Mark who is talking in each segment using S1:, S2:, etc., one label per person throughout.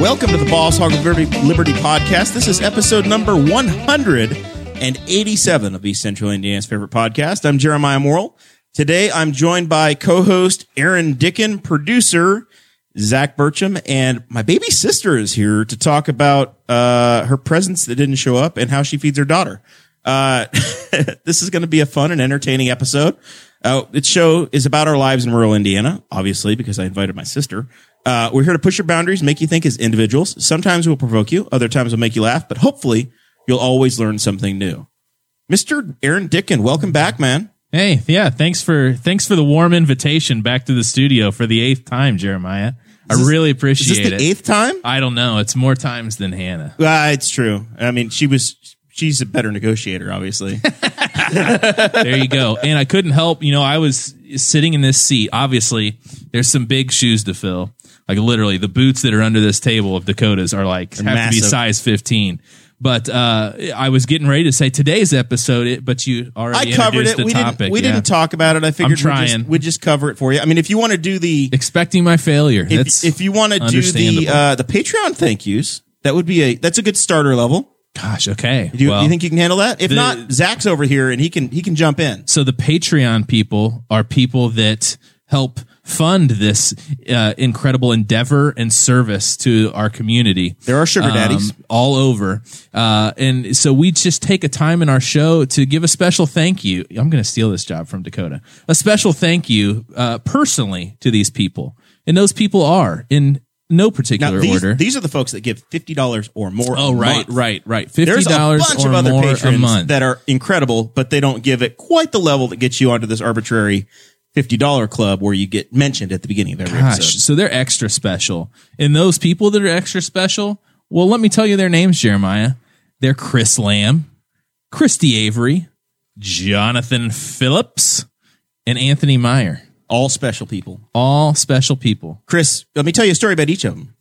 S1: Welcome to the Boss Hog of Liberty, Liberty podcast. This is episode number 187 of East Central Indiana's favorite podcast. I'm Jeremiah Morrill. Today I'm joined by co-host Aaron Dickin, producer Zach Burcham, and my baby sister is here to talk about uh, her presence that didn't show up and how she feeds her daughter. Uh, this is going to be a fun and entertaining episode. Uh, this show is about our lives in rural Indiana, obviously, because I invited my sister. Uh, we're here to push your boundaries, make you think as individuals. Sometimes we'll provoke you, other times we'll make you laugh, but hopefully you'll always learn something new. Mr. Aaron Dickin, welcome back, man.
S2: Hey, yeah, thanks for thanks for the warm invitation back to the studio for the eighth time, Jeremiah. I really
S1: Is this
S2: appreciate
S1: the
S2: it. Uh,
S1: eighth time?
S2: I don't know. It's more times than Hannah.
S1: Uh, it's true. I mean, she was, she's a better negotiator, obviously.
S2: There you go. and I couldn't help, you know, I was sitting in this seat. Obviously, there's some big shoes to fill. Like literally, the boots that are under this table of Dakotas are like have to
S1: massive.
S2: be size 15. But uh, I was getting ready to say today's episode, it, but you already
S1: I covered
S2: introduced
S1: it.
S2: the
S1: We
S2: topic.
S1: didn't, we
S2: yeah.
S1: didn't talk about it. I figured we'd just,
S2: trying.
S1: we'd just cover it for you. I mean, if you want to do the,
S2: expecting my failure.
S1: if,
S2: That's
S1: if you want to do the,
S2: understandable.
S1: uh, the Patreon thank yous, that would be a, that's a good starter level.
S2: gosh, okay.
S1: Do you,
S2: well,
S1: you think you can handle that? If not, Zach's over here and he can, he can jump in.
S2: So the Patreon people are people that help fund this uh, incredible endeavor and service to our community. Um,
S1: There are sugar daddies.
S2: all over, uh, and so we just take a time in our show to give a special thank you. I'm going to steal this job from Dakota. A special thank you uh, personally to these people, and those people are in no
S1: Now,
S2: particular
S1: these,
S2: order.
S1: these are the folks that give fifty dollars or more.
S2: oh
S1: a
S2: right,
S1: month.
S2: right, right. Fifty
S1: There's a
S2: dollars
S1: bunch
S2: or
S1: of other
S2: more a
S1: patrons
S2: month.
S1: that are incredible, but they don't give it quite the level that gets you onto this arbitrary fifty dollar club where you get mentioned at the beginning of every
S2: Gosh,
S1: episode.
S2: so they're extra special. And those people that are extra special, well, let me tell you their names, Jeremiah. They're Chris Lamb, Christy Avery, Jonathan Phillips, and Anthony Meyer.
S1: All special people.
S2: All special people.
S1: Chris, let me tell you a story about each of them.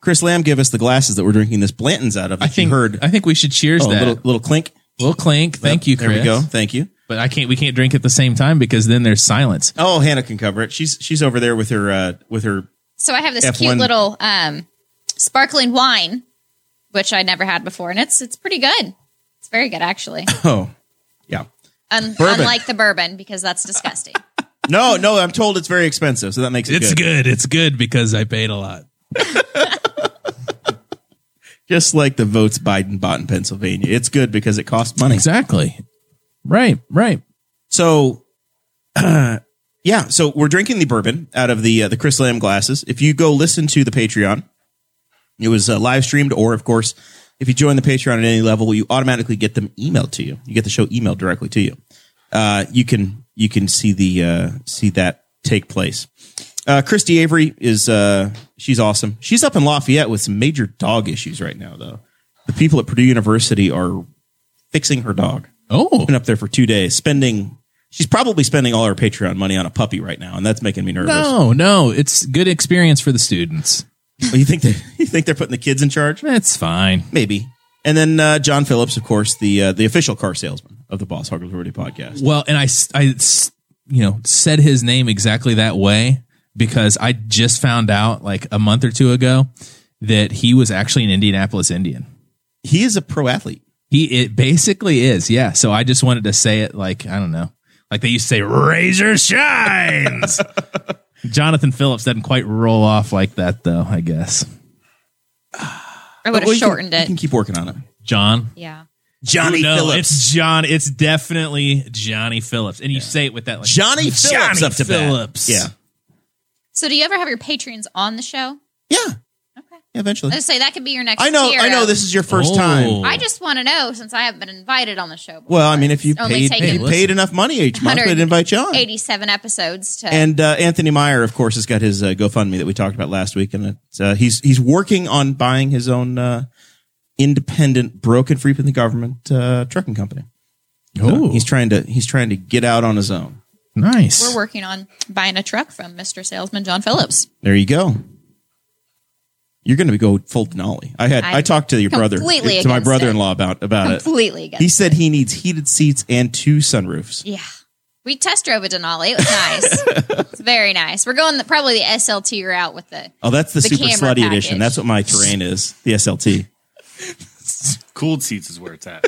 S1: Chris Lamb gave us the glasses that we're drinking this Blanton's out of.
S2: I think
S1: you heard
S2: I think we should cheers
S1: oh, a
S2: that.
S1: little
S2: Little,
S1: little clink.
S2: clink. Thank you, Chris.
S1: There we go. Thank you.
S2: But I can't we can't drink at the same time because then there's silence.
S1: Oh, Hannah can cover it. She's she's over there with her uh, with her.
S3: So I have this
S1: F1.
S3: cute little um, sparkling wine, which I never had before, and it's it's pretty good. It's very good actually.
S1: Oh, yeah.
S3: Un-
S1: Bourbon.
S3: Unlike the bourbon because that's disgusting.
S1: No, no. I'm told it's very expensive, so that makes it
S2: It's good. It's good because I paid a lot.
S1: Just like the votes Biden bought in Pennsylvania. It's good because it costs money.
S2: Exactly. Right, right.
S1: So, yeah, so we're drinking the bourbon out of the uh, the Chris Lamb glasses. If you go listen to the Patreon, it was uh, live streamed, or of course, if you join the Patreon at any level, you automatically get them emailed to you. You get the show emailed directly to you. Uh, you can you can see the uh, see that take place. Uh, Christy Avery is uh, she's awesome. She's up in Lafayette with some major dog issues right now, though. The people at Purdue University are fixing her dog
S2: Oh.
S1: been up there for two days, spending. She's probably spending all her Patreon money on a puppy right now, and that's making me nervous.
S2: No, no, it's good experience for the students.
S1: You think they, you think they're putting the kids in charge?
S2: That's fine.
S1: Maybe. And then uh, John Phillips, of course, the uh, the official car salesman of the Boss Hog Liberty podcast.
S2: Well, and I, s- I s- you know, said his name exactly that way because I just found out like a month or two ago that he was actually an Indianapolis Indian.
S1: He is a pro athlete.
S2: He it basically is, yeah. So I just wanted to say it like I don't know, like they used to say "Razor shines." Jonathan Phillips doesn't quite roll off like that though. I guess
S3: I would
S1: Well,
S3: have
S1: you can-
S3: shortened
S1: You can
S3: it.
S1: keep working on it.
S2: John.
S3: Yeah.
S1: Johnny
S2: no,
S1: Phillips.
S2: it's John. It's definitely Johnny Phillips, and you say it with that like
S1: Johnny Phillips
S2: Johnny
S1: up to bat.
S2: Phillips.
S1: Yeah.
S3: So do you ever have your patrons on the show?
S1: Yeah.
S3: Okay.
S1: eventually.
S3: Let's say that could be your next.
S1: I know.
S3: tier
S1: I know.
S3: of-
S1: This is your first
S2: Oh.
S1: time.
S3: I just want to know since I haven't been invited on the show. Before,
S1: Well, I mean, if you
S3: It's only
S1: paid, if you
S3: taken
S2: Hey,
S1: paid enough money each month, they'd invite you on.
S3: eighty-seven episodes to.
S1: And uh, Anthony Meyer, of course, has got his uh, GoFundMe that we talked about last week, and it's, uh, he's he's working on buying his own uh, independent, broken free from the government uh, trucking company. So
S2: Oh,
S1: he's trying to he's trying to get out on his own.
S2: nice.
S3: we're working on buying a truck from Mr. Salesman John Phillips.
S1: There you go. You're going to go full Denali. I had i
S3: I'm
S1: talked to your brother
S3: completely
S1: to my
S3: against
S1: brother-in-law about about it.
S3: Completely against.
S1: Uh, He said he needs heated seats and two sunroofs.
S3: yeah, we test drove a Denali. It was nice. it's very nice. We're going the, probably the SLT route with the.
S1: Oh, that's the,
S3: The
S1: super
S3: camera
S1: slutty edition.
S3: package.
S1: That's what my terrain is. The SLT.
S4: Cooled seats is where it's at.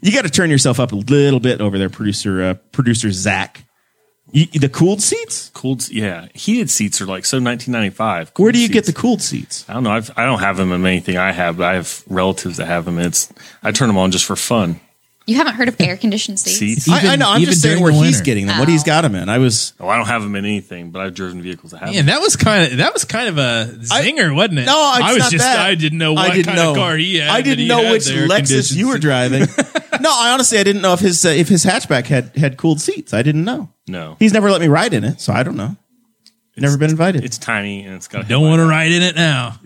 S1: You got to turn yourself up a little bit over there, producer. Uh, producer Zach. You, the cooled seats.
S4: Cooled, se- yeah. Heated seats are like so 1995.
S1: Where
S4: Cooled
S1: do you get
S4: seats-
S1: the cooled seats?
S4: I don't know. I've, I don't have them in anything I have, but I have relatives that have them. It's I turn them on just for fun.
S3: You haven't heard of air conditioned seats?
S4: Seats.
S2: Even-
S1: I, I know. I'm
S2: even
S1: just saying
S2: during
S1: where
S2: the
S1: he's
S2: winter.
S1: getting them. What he's got them in. I was.
S4: Oh, I don't have them in anything, but I've driven vehicles that have
S2: Man, that was kind of that was kind of a zinger, wasn't it?
S1: No, it's
S2: I was
S1: not
S2: just
S1: that.
S2: I didn't know what
S1: I didn't
S2: kind
S1: know.
S2: of car he had.
S1: I
S2: but
S1: didn't
S2: he
S1: know
S2: had
S1: which
S2: the air
S1: Lexus you
S2: conditioning.
S1: were driving. no, I honestly I didn't know if his uh, if his hatchback had had cooled seats. I didn't know.
S4: them. No,
S1: He's never let me ride in it, so I don't know. Never been invited.
S4: it's tiny and it's got. a
S2: Don't want to ride in it now.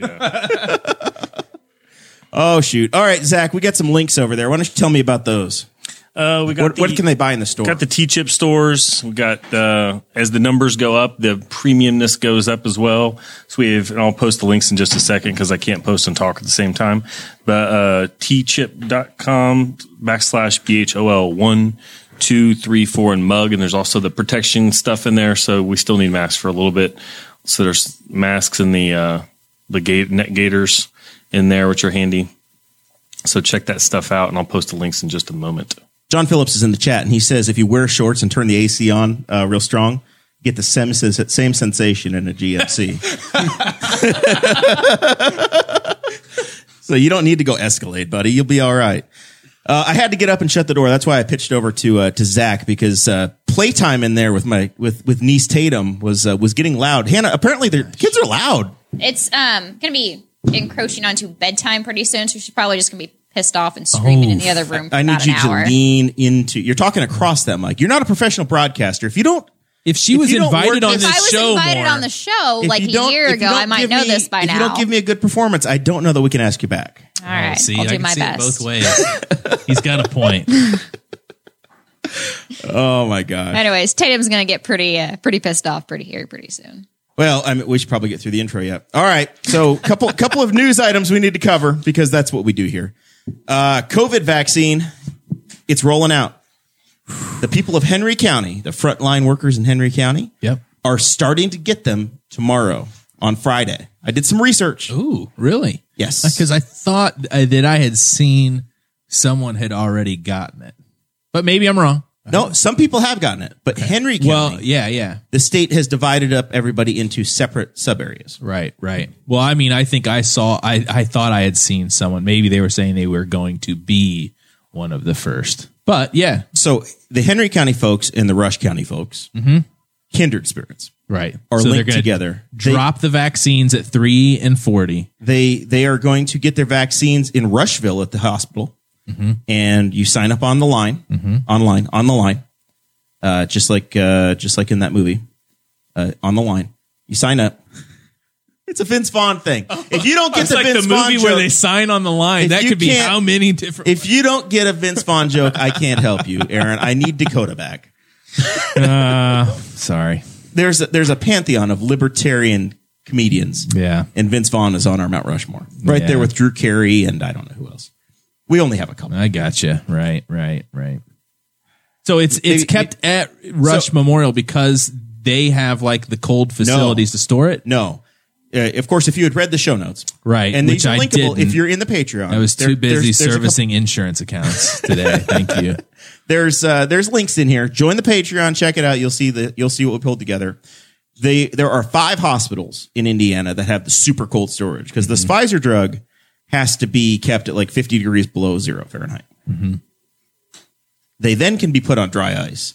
S1: oh shoot! All right, Zach, we got some links over there. Why don't you tell me about those?
S4: Uh, we got
S1: What,
S4: the,
S1: what can they buy in the store?
S4: Got the T chip stores. We got uh, as the numbers go up, the premiumness goes up as well. So we have, and I'll post the links in just a second because I can't post and talk at the same time. But uh, tchip.com backslash bhol one two three four and mug. And there's also the protection stuff in there. So we still need masks for a little bit. So there's masks in the uh, the gate net gators in there, which are handy. So check that stuff out, and I'll post the links in just a moment.
S1: John Phillips is in the chat, and he says if you wear shorts and turn the AC on uh, real strong, you get the same, same sensation in a GMC. so you don't need to go Escalade, buddy. You'll be all right. Uh, I had to get up and shut the door. That's why I pitched over to uh, to Zach because uh, playtime in there with my with with niece Tatum was uh, was getting loud. Hannah, apparently the kids are loud.
S3: It's um gonna be encroaching onto bedtime pretty soon, so she's probably just gonna be pissed off and screaming in the other room for
S1: Oh, I need
S3: about
S1: you
S3: an
S1: to
S3: hour.
S1: lean into. You're talking across that mic. You're not a professional broadcaster. If you don't
S2: If she
S1: If
S2: was
S1: you don't work
S2: invited on
S1: this-
S2: this
S3: if I was
S2: show,
S3: invited
S2: more,
S3: on the show
S1: If
S3: like a
S1: you don't-
S3: year
S1: if you
S3: ago,
S1: don't
S3: I might
S1: give
S3: know
S1: me-
S3: this by
S1: if
S3: now.
S1: you don't give me a good performance, I don't know that we can ask you back.
S3: All right,
S2: see,
S3: I'll
S2: I
S3: do
S2: can
S3: my
S2: see
S3: best.
S2: it both ways. He's got a point.
S1: Oh my god.
S3: Anyways, Tatum's gonna get pretty uh, pretty pissed off pretty here pretty soon.
S1: Well, I mean, we should probably get through the intro yet. All right, so couple couple of news items we need to cover because that's what we do here. Uh, COVID vaccine, it's rolling out. The people of Henry County, the frontline workers in Henry County,
S2: Yep.
S1: are starting to get them tomorrow on Friday. I did some research.
S2: Ooh, really?
S1: Yes.
S2: Because I thought uh, that I had seen someone had already gotten it, but maybe I'm wrong.
S1: No, some people have gotten it, but Henry County,
S2: Well, yeah, yeah,
S1: the state has divided up everybody into separate sub areas.
S2: right, right. Well, I mean, I think I saw. I I thought I had seen someone. Maybe they were saying they were going to be one of the first. But yeah,
S1: so the Henry County folks and the Rush County folks, kindred spirits,
S2: right.
S1: are
S2: Mm-hmm. So they're
S1: linked
S2: gonna
S1: together.
S2: Drop the vaccines at three and forty.
S1: They, they they are going to get their vaccines in Rushville at the hospital,
S2: Mm-hmm.
S1: and you sign up on the line, online, on the line, uh, just like uh, just like in that movie, uh, on the line. You sign up. It's a Vince Vaughn thing. If you don't get
S2: It's
S1: the
S2: like
S1: Vince
S2: the
S1: Vaughn
S2: movie where
S1: joke-
S2: they sign on the
S1: If
S2: line. That
S1: you
S2: could be
S1: can't-
S2: how many different.
S1: if you don't get a Vince Vaughn joke, I can't help you, Aaron. I need Dakota back.
S2: Sorry.
S1: There's a, there's a pantheon of libertarian comedians.
S2: Yeah.
S1: and Vince Vaughn is on our Mount Rushmore, right
S2: Yeah.
S1: there with Drew Carey and I don't know who else. We only have a couple.
S2: I gotcha. Right, right, right. So it's it's
S1: Maybe-
S2: kept at Rush
S1: So-
S2: Memorial because they have like the cold facilities to store it.
S1: No, uh, of course, if you had read the show notes,
S2: Right,
S1: and these
S2: which
S1: are
S2: I
S1: linkable
S2: didn't.
S1: if you're in the Patreon.
S2: I was
S1: There-
S2: too busy
S1: there's- there's a couple-
S2: servicing insurance accounts today. Thank you.
S1: there's uh, there's links in here. Join the Patreon, check it out. You'll see the you'll see what we pulled together. They there are five hospitals in Indiana that have the super cold storage because this Pfizer drug has to be kept at like 50 degrees below zero Fahrenheit. They then can be put on dry ice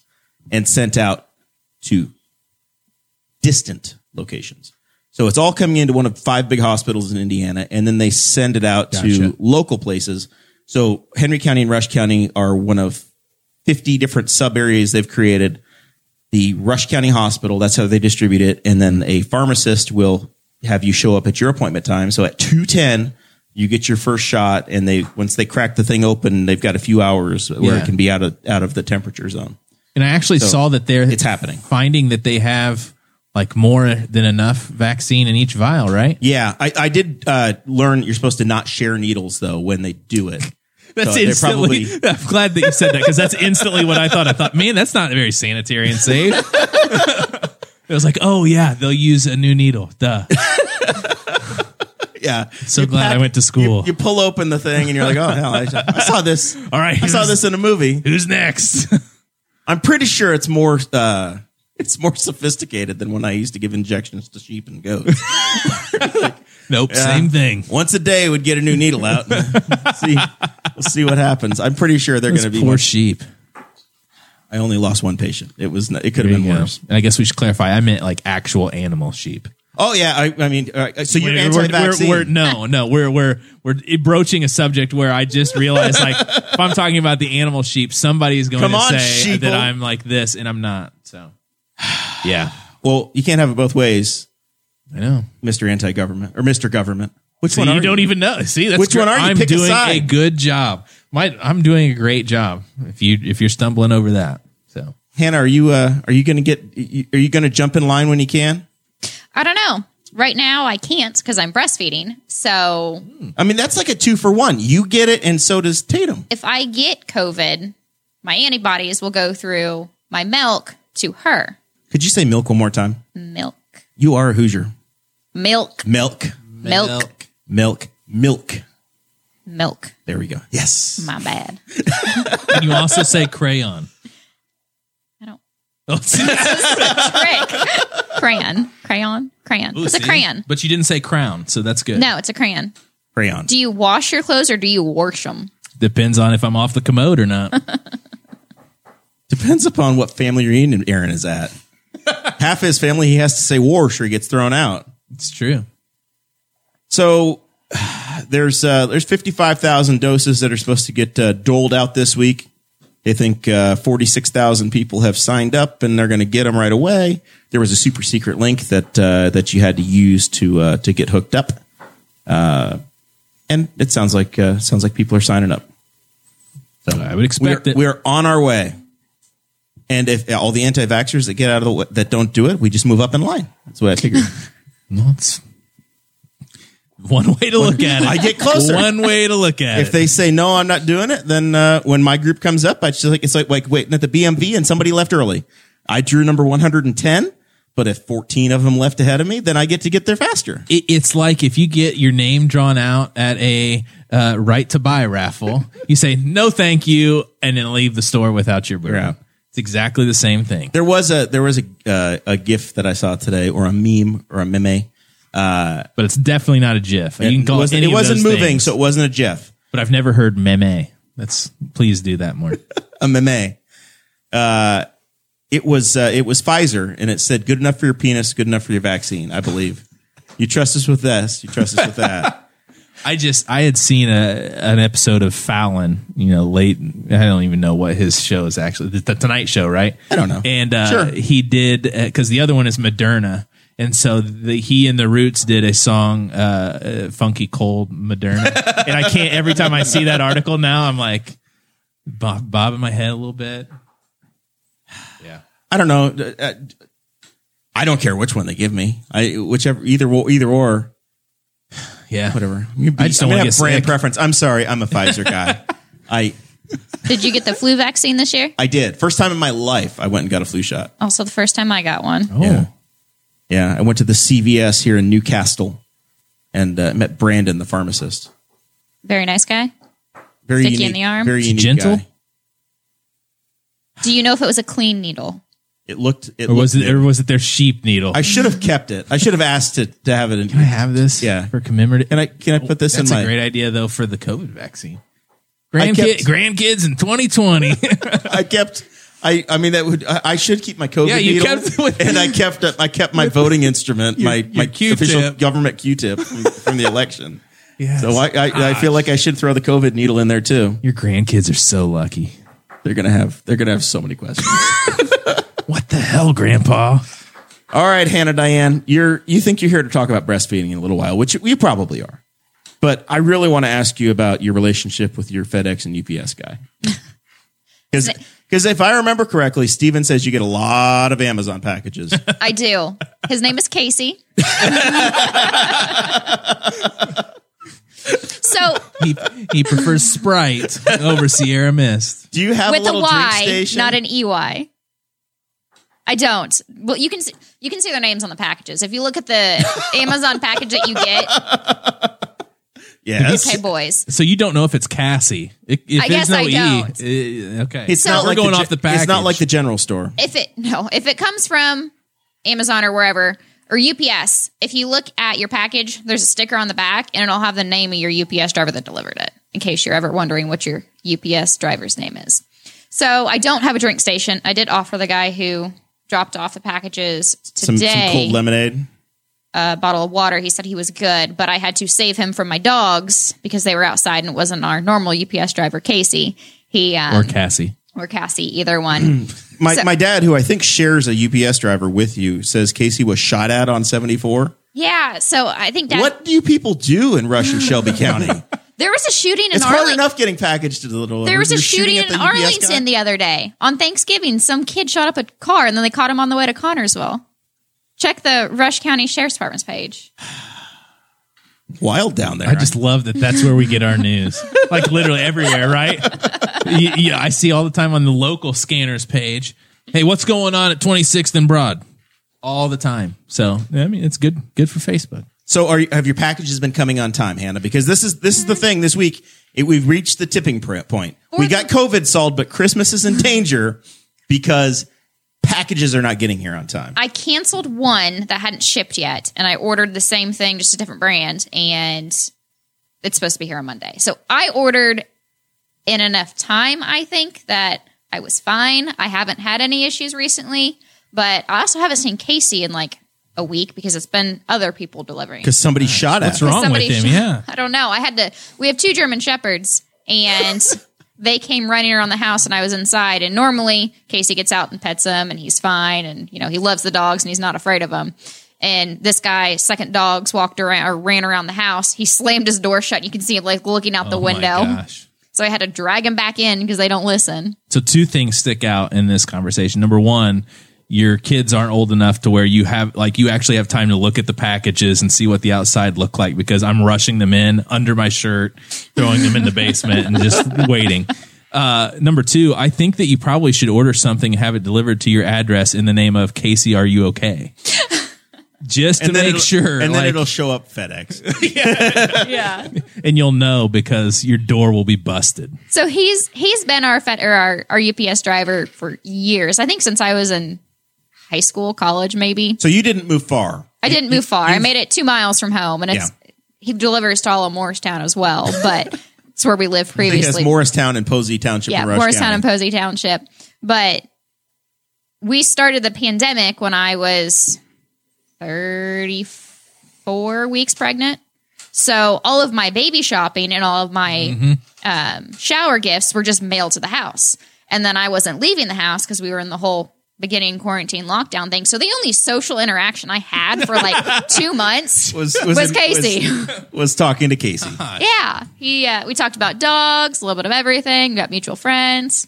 S1: and sent out to distant locations. So it's all coming into one of five big hospitals in Indiana, and then they send it out to local places. So Henry County and Rush County are one of 50 different sub areas they've created. The Rush County Hospital, that's how they distribute it. And then a pharmacist will have you show up at your appointment time. So at 210, you get your first shot. And they, once they crack the thing open, they've got a few hours where
S2: Yeah.
S1: it can be out of, out of the temperature zone.
S2: And I actually saw that they're
S1: it's happening.
S2: finding that they have like more than enough vaccine in each vial, right?
S1: Yeah. I, I did uh, learn you're supposed to not share needles though when they do it.
S2: That's
S1: So they're
S2: instantly. I'm glad that you said that because that's instantly what I thought. I thought, man, that's not very sanitary and safe. it was like, oh yeah, they'll use a new needle. Duh.
S1: Yeah.
S2: So glad I went to school.
S1: You pull open the thing and you're like, oh, hell, I, I saw this.
S2: All right,
S1: I saw this in a movie.
S2: Who's next?
S1: I'm pretty sure it's more uh, it's more sophisticated than when I used to give injections to sheep and goats.
S2: nope. Same thing.
S1: Once a day, would get a new needle out. And see, we'll see what happens. I'm pretty sure they're going to be.
S2: poor sheep.
S1: I only lost one patient. It was it could have been worse.
S2: And I guess we should clarify. I meant like actual animal sheep.
S1: Oh yeah, I, I mean, all right, so you're
S2: We're- we're-
S1: anti-vaccine.
S2: We're, we're, no, no, we're we're we're broaching a subject where I just realized, like, if I'm talking about the animal sheep, somebody is going
S1: Come
S2: to
S1: on,
S2: say
S1: sheeple.
S2: that I'm like this, and I'm not. So, yeah,
S1: well, you can't have it both ways,
S2: I know.
S1: Mister Anti-Government or Mister Government. Which
S2: So
S1: one?
S2: you
S1: are
S2: don't even know. See, that's
S1: Which one are you?
S2: I'm
S1: Pick a
S2: doing a,
S1: side.
S2: good job. My, I'm doing a great job. If you if you're stumbling over that, so
S1: Hannah, are you uh, are you going to get? you- Are you going to jump in line when you can?
S3: I don't know. Right now, I can't because I'm breastfeeding. So
S1: I mean, that's like a two for one. You get it, and so does Tatum.
S3: if I get COVID, my antibodies will go through my milk to her.
S1: Could you say milk one more time?
S3: Milk.
S1: You are a Hoosier.
S3: Milk.
S1: Milk,
S3: Milk.
S1: milk, milk.
S3: Milk.
S1: There we go. Yes.
S3: My bad.
S2: Can you also say crayon?
S3: I don't.
S2: Oh,
S3: Trick. crayon. Crayon. Crayon. it's
S2: see?
S3: a crayon.
S2: but you didn't say crown, so that's good.
S3: No, it's a crayon.
S1: Crayon.
S3: Do you wash your clothes or do you wash them?
S2: Depends on if I'm off the commode or not.
S1: Depends upon what family reunion Aaron is at. Half his family, he has to say wash or he gets thrown out.
S2: it's true.
S1: So there's uh, there's 55,000 doses that are supposed to get uh, doled out this week. They think uh, 46,000 people have signed up and they're going to get them right away. There was a super secret link that uh, that you had to use to uh, to get hooked up. Uh, and it sounds like uh, sounds like people are signing up.
S2: I would
S1: we're,
S2: expect it.
S1: we're on our way. And if all the anti-vaxxers that get out of the way, that don't do it, we just move up in line. That's what I figured.
S2: Well, it's one way to look at it.
S1: I get closer.
S2: One way to look at
S1: if
S2: it.
S1: they say no, I'm not doing it, then uh, when my group comes up, I just like it's like like waiting at the BMV and somebody left early. I drew number 110, but if 14 of them left ahead of me, then I get to get there faster.
S2: It- it's like if you get your name drawn out at a uh, right to buy raffle, you say no, thank you, and then leave the store without your bourbon.
S1: Yeah.
S2: It's exactly the same thing.
S1: There was a there was a uh, a gif that I saw today, or a meme, or a meme.
S2: But it's definitely not a GIF. You can
S1: it
S2: call it,
S1: wasn't,
S2: any
S1: it
S2: of
S1: wasn't
S2: those
S1: moving,
S2: things,
S1: so it wasn't a gif.
S2: but I've never heard meme. That's please do that more.
S1: a meme. Uh, it was uh, it was Pfizer, and it said, "Good enough for your penis, good enough for your vaccine." I believe you trust us with this, you trust us with that.
S2: I just I had seen a an episode of Fallon, you know, late. I don't even know what his show is actually. The, the Tonight Show, right? I
S1: don't know.
S2: And uh,
S1: Sure.
S2: he did because the other one is Moderna, and so the, he and the Roots did a song, uh, uh, "Funky Cold Moderna," and I can't. Every time I see that article now, I'm like bob, bobbing my head a little bit. Yeah,
S1: I don't know. Uh, I don't care which one they give me. I whichever either or- either or
S2: yeah,
S1: whatever. I'm gonna be-
S2: I just don't
S1: I'm gonna
S2: wanna
S1: have
S2: get
S1: brand
S2: sick.
S1: preference. I'm sorry, I'm a Pfizer guy. I
S3: Did you get the flu vaccine this year?
S1: I did first time in my life. I went and got a flu shot.
S3: Also, the first time I got one.
S2: Oh,
S1: Yeah. Yeah, I went to the CVS here in Newcastle and uh, met Brandon, the pharmacist.
S3: Very nice guy.
S1: Very
S3: Stick you
S1: unique,
S3: in the arm?
S1: Very
S2: Is he
S1: unique
S2: gentle?
S1: guy.
S3: Do you know if it was a clean needle?
S1: It looked. It
S2: or was
S1: looked
S2: it or was it their sheep needle?
S1: I should have kept it. I should have asked to, to have it. In,
S2: Can I have this?
S1: Yeah.
S2: for commemorative.
S1: can I can I put this
S2: That's
S1: in
S2: a
S1: my?
S2: great idea though for the COVID vaccine.
S1: I
S2: Grandkid,
S1: kept-
S2: grandkids in 2020.
S1: I kept. I I, I mean, that would I, I should keep my COVID
S2: Yeah, you
S1: needle,
S2: kept with-
S1: and I kept up, I kept my voting instrument, my my
S2: Q-tip.
S1: official government Q-tip from, from the election.
S2: Yes.
S1: So I, I, I feel like I should throw the COVID needle in there too.
S2: Your grandkids are so lucky.
S1: They're gonna have they're gonna have so many questions.
S2: What the hell, Grandpa?
S1: All right, Hannah Diane, you're you think you're here to talk about breastfeeding in a little while, which you probably are. But I really want to ask you about your relationship with your FedEx and UPS guy. Because if I remember correctly, Steven says you get a lot of Amazon packages.
S3: I do. His name is Casey. so
S2: He, he prefers Sprite over Sierra Mist.
S1: Do you have a
S3: with a
S1: little drink
S3: Y,
S1: station?
S3: not an EY. I don't. Well, you can see, you can see their names on the packages. If you look at the Amazon package that you get,
S1: yes.
S3: okay, boys.
S2: So you don't know if it's Cassie. If if
S3: I
S2: there's
S3: guess
S2: no
S3: I
S2: E,
S3: don't.
S2: eh, okay.
S1: It's
S3: So-
S1: not
S3: We're
S1: like
S2: going
S1: the,
S2: off the
S1: gen- It's
S2: package.
S1: not like the general store.
S3: If it no, if it comes from Amazon or wherever or UPS, if you look at your package, there's a sticker on the back and it'll have the name of your UPS driver that delivered it. In case you're ever wondering what your UPS driver's name is. So I don't have a drink station. I did offer the guy who dropped off the packages
S1: Some,
S3: today
S1: some cold lemonade.
S3: a bottle of water. He said he was good, but I had to save him from my dogs because they were outside and it wasn't our normal UPS driver, Casey. He
S2: or
S3: um,
S2: Cassie.
S3: or, Cassie, either one.
S1: My
S3: So-
S1: my dad, who I think shares a UPS driver with you, says Casey was shot at on seventy four.
S3: yeah. So I think that
S1: What do you people do in Rush and Shelby County?
S3: there was a shooting in
S1: It's hard
S3: Arlington.
S1: enough getting packaged to the little. uh,
S3: There was a shooting, in Arlington the other day on Thanksgiving. Some kid shot up a car and then they caught him on the way to Connorsville. Check the Rush County Sheriff's Department's page.
S1: Wild down there.
S2: I just love that that's where we get our news. like literally everywhere, right? Y- yeah, I see all the time on the local scanners page. Hey, what's going on at 26th and Broad? All the time. So, I mean, it's good good for Facebook.
S1: so are you, have your packages been coming on time, Hannah? Because this is this is the thing. This week it, we've reached the tipping pr- point. We got COVID solved, but Christmas is in danger because packages are not getting here on time.
S3: I canceled one that hadn't shipped yet, and I ordered the same thing, just a different brand, and it's supposed to be here on Monday. So I ordered in enough time, I think, that I was fine. I haven't had any issues recently, but I also haven't seen Casey in like a week because it's been other people delivering.
S1: Because somebody shot at.
S2: What's
S1: her.
S2: wrong with
S3: Somebody
S2: him?
S3: sh-
S2: Yeah.
S3: I don't know. I had to. We have two German shepherds, and they came running around the house, and I was inside. And normally, Casey gets out and pets them, and he's fine, and you know he loves the dogs, and he's not afraid of them. And this guy, second dogs, walked around or ran around the house. He slammed his door shut. You can see him like looking out the
S2: Oh my
S3: window.
S2: gosh.
S3: So I had to drag him back in because they don't listen.
S2: So two things stick out in this conversation. Number one, your kids aren't old enough to where you have like you actually have time to look at the packages and see what the outside look like because I'm rushing them in under my shirt, throwing them in the basement and just waiting. Uh, number two, I think that you probably should order something and have it delivered to your address in the name of Casey. Are you okay? Just to make
S1: it'll-
S2: sure,
S1: and then
S2: like-
S1: it'll show up FedEx.
S3: Yeah.
S2: and you'll know because your door will be busted.
S3: So he's he's been our fed, or our, our UPS driver for years. I think since I was in high school, college, maybe.
S1: so you didn't move far.
S3: I didn't move far. I made it two miles from home, and it's he delivers to all of Morristown as well, but it's where we lived
S1: I think that's
S3: previously.
S1: Morristown and Posey Township.
S3: yeah,
S1: and Rush
S3: Morristown
S1: County.
S3: and Posey Township. But we started the pandemic when I was thirty-four weeks pregnant. So all of my baby shopping and all of my
S1: Mm-hmm.
S3: um, shower gifts were just mailed to the house, and then I wasn't leaving the house because we were in the whole beginning quarantine lockdown thing. So the only social interaction I had for like two months
S1: was
S3: was Casey.
S1: was, was talking to Casey.
S3: Yeah, he. Uh, we talked about dogs, a little bit of everything. Got mutual friends.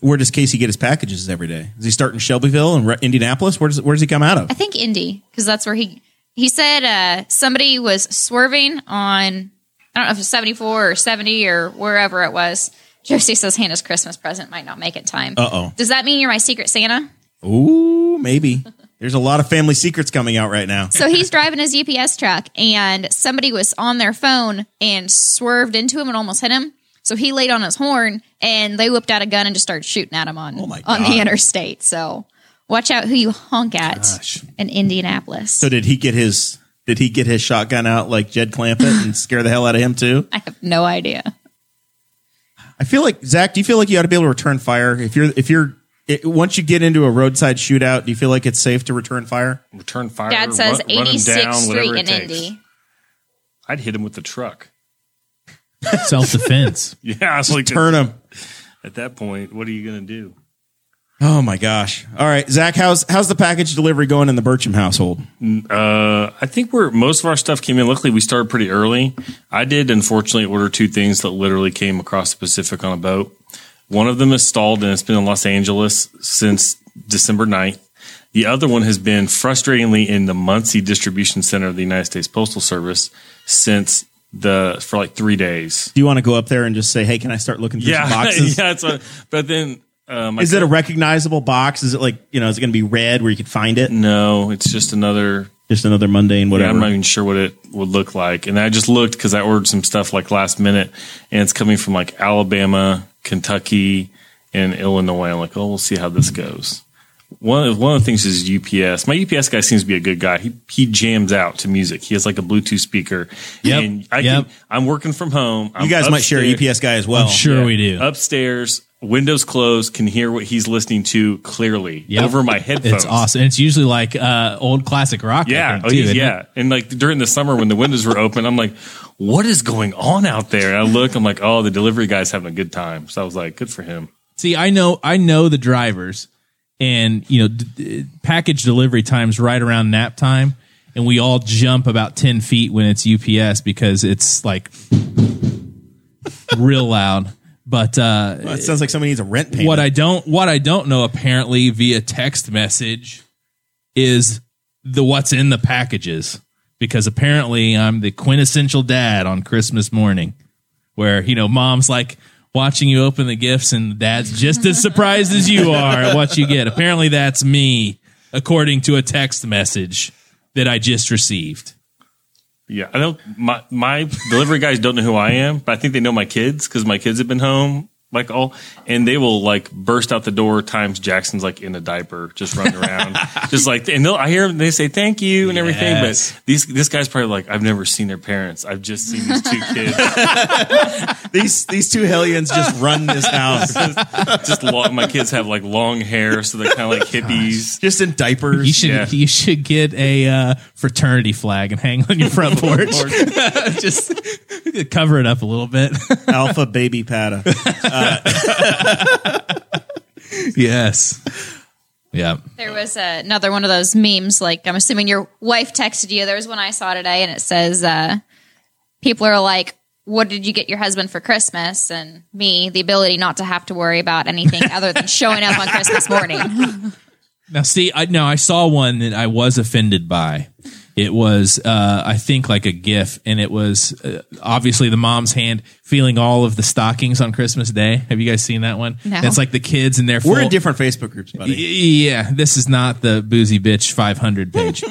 S1: Where does Casey get his packages every day? Does he start in Shelbyville and Re- Indianapolis? Where does where does he come out of?
S3: I think Indy because that's where he. He said uh, somebody was swerving on. I don't know if it's seventy four or seventy or wherever it was. Josie says Hannah's Christmas present might not make it time. Uh
S1: Uh-oh.
S3: Does that mean you're my secret Santa?
S1: Ooh, maybe. There's a lot of family secrets coming out right now.
S3: So he's driving his UPS truck, and somebody was on their phone and swerved into him and almost hit him. So he laid on his horn, and they whipped out a gun and just started shooting at him on
S1: Oh my
S3: on
S1: God.
S3: the interstate. So watch out who you honk at in Indianapolis.
S1: So did he get his did he get his shotgun out like Jed Clampett and scare the hell out of him too?
S3: I have no idea.
S1: I feel like Zach. Do you feel like you ought to be able to return fire if you're if you're it, once you get into a roadside shootout? Do you feel like it's safe to return fire?
S4: Return fire.
S3: Dad says
S4: run- run 'em
S3: 86th
S4: down, whatever
S3: Street
S4: it
S3: in
S4: takes.
S3: Indy.
S4: I'd hit him with the truck.
S2: Self defense.
S4: Yeah, I was like,
S1: Turn them.
S4: at that point, what are you going to do?
S1: Oh my gosh! All right, Zach. How's how's the package delivery going in the Burcham household?
S4: Uh, I think we're most of our stuff came in. Luckily, we started pretty early. I did unfortunately order two things that literally came across the Pacific on a boat. One of them is stalled and it's been in Los Angeles since December 9th. The other one has been frustratingly in the Muncie distribution center of the United States Postal Service since the for like three days.
S1: Do you want to go up there and just say, "Hey, can I start looking through
S4: Yeah,
S1: some boxes?"
S4: yeah. That's what, but then uh, my
S1: Is it a recognizable box? Is it like you know? Is it going to be red where you could find it?
S4: no? It's just another
S1: Just another mundane
S4: Yeah,
S1: whatever.
S4: I'm not even sure what it would look like. And I just looked because I ordered some stuff like last minute, and it's coming from like Alabama, Kentucky, and Illinois. I'm like, oh, we'll see how this goes. One of, one of the things is UPS. My UPS guy seems to be a good guy. He he jams out to music. He has like a Bluetooth speaker.
S2: Yep,
S4: And I
S2: yep.
S4: can, I'm working from home. I'm
S1: you guys might share a
S4: upstairs-
S1: UPS guy as well.
S2: Sure, we do.
S4: Upstairs, windows closed, can hear what he's listening to clearly
S2: Yep.
S4: over my headphones.
S2: It's awesome. And it's usually like uh, old classic rock. I
S4: Yeah,
S2: think,
S4: oh,
S2: too, isn't it?
S4: yeah. And like during the summer when the windows were open, I'm like, what is going on out there? And I look, I'm like, oh, the delivery guy's having a good time. So I was like, good for him.
S2: See, I know, I know the drivers, and you know, d- d- package delivery times right around nap time, and we all jump about ten feet when it's UPS because it's like real loud. But uh,
S1: It sounds like somebody needs a rent payment.
S2: what I don't what I don't know apparently via text message is the what's in the packages because apparently I'm the quintessential dad on Christmas morning where you know mom's like watching you open the gifts and dad's just as surprised as you are at what you get. Apparently that's me according to a text message that I just received.
S4: Yeah, I don't. My my delivery guys don't know who I am, but I think they know my kids because my kids have been home like all, and they will like burst out the door. Times Jackson's like in a diaper, just running around, just like, and they'll I hear them. They say thank you and everything,
S2: Yes.
S4: but these this guy's probably like, I've never seen their parents. I've just seen these two kids.
S1: these these two hellions just run this house
S4: just long, my kids have like long hair, so they're kind of like hippies.
S1: just in diapers.
S2: You should
S4: Yeah.
S2: you should get a uh, fraternity flag and hang on your front porch. Just cover it up a little bit.
S1: Alpha baby pata.
S2: yes. Yeah.
S3: There was uh, another one of those memes. Like I'm assuming your wife texted you. There was one I saw today, and it says uh, people are like, "What did you get your husband for Christmas?" And me, the ability not to have to worry about anything other than showing up on Christmas morning.
S2: Now see, I no, I saw one that I was offended by. It was uh I think like a gif and it was uh, obviously the mom's hand feeling all of the stockings on Christmas day. Have you guys seen that one?
S3: No.
S2: That's like the kids and their
S1: We're in
S2: full-
S1: different Facebook groups, buddy.
S2: Yeah, this is not the boozy bitch 500 page,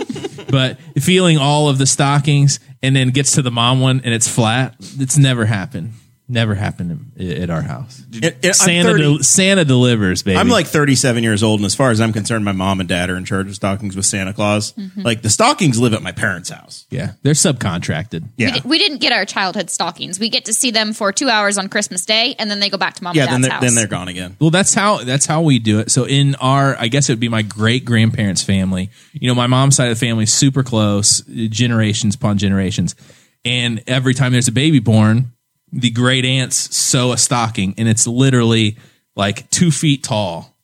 S2: but feeling all of the stockings and then gets to the mom one and it's flat. It's never happened. Never happened in- at our house.
S1: It- it- I'm
S2: Santa,
S1: 30.
S2: del- Santa delivers, baby.
S1: I'm like 37 years old, and as far as I'm concerned, my mom and dad are in charge of stockings with Santa Claus.
S3: Mm-hmm.
S1: Like the stockings live at my parents' house.
S2: yeah, they're subcontracted.
S3: We,
S1: Yeah,
S3: di- we didn't get our childhood stockings. We get to see them for two hours on Christmas Day, and then they go back to mom
S1: yeah. Then
S3: and dad's
S1: they're,
S3: house.
S1: then they're gone again.
S2: Well, that's how that's how we do it. So in our, I guess it would be my great grandparents' family. You know, my mom's side of the family is super close, generations upon generations. And every time there's a baby born, the great aunts sew a stocking, and it's literally like two feet tall.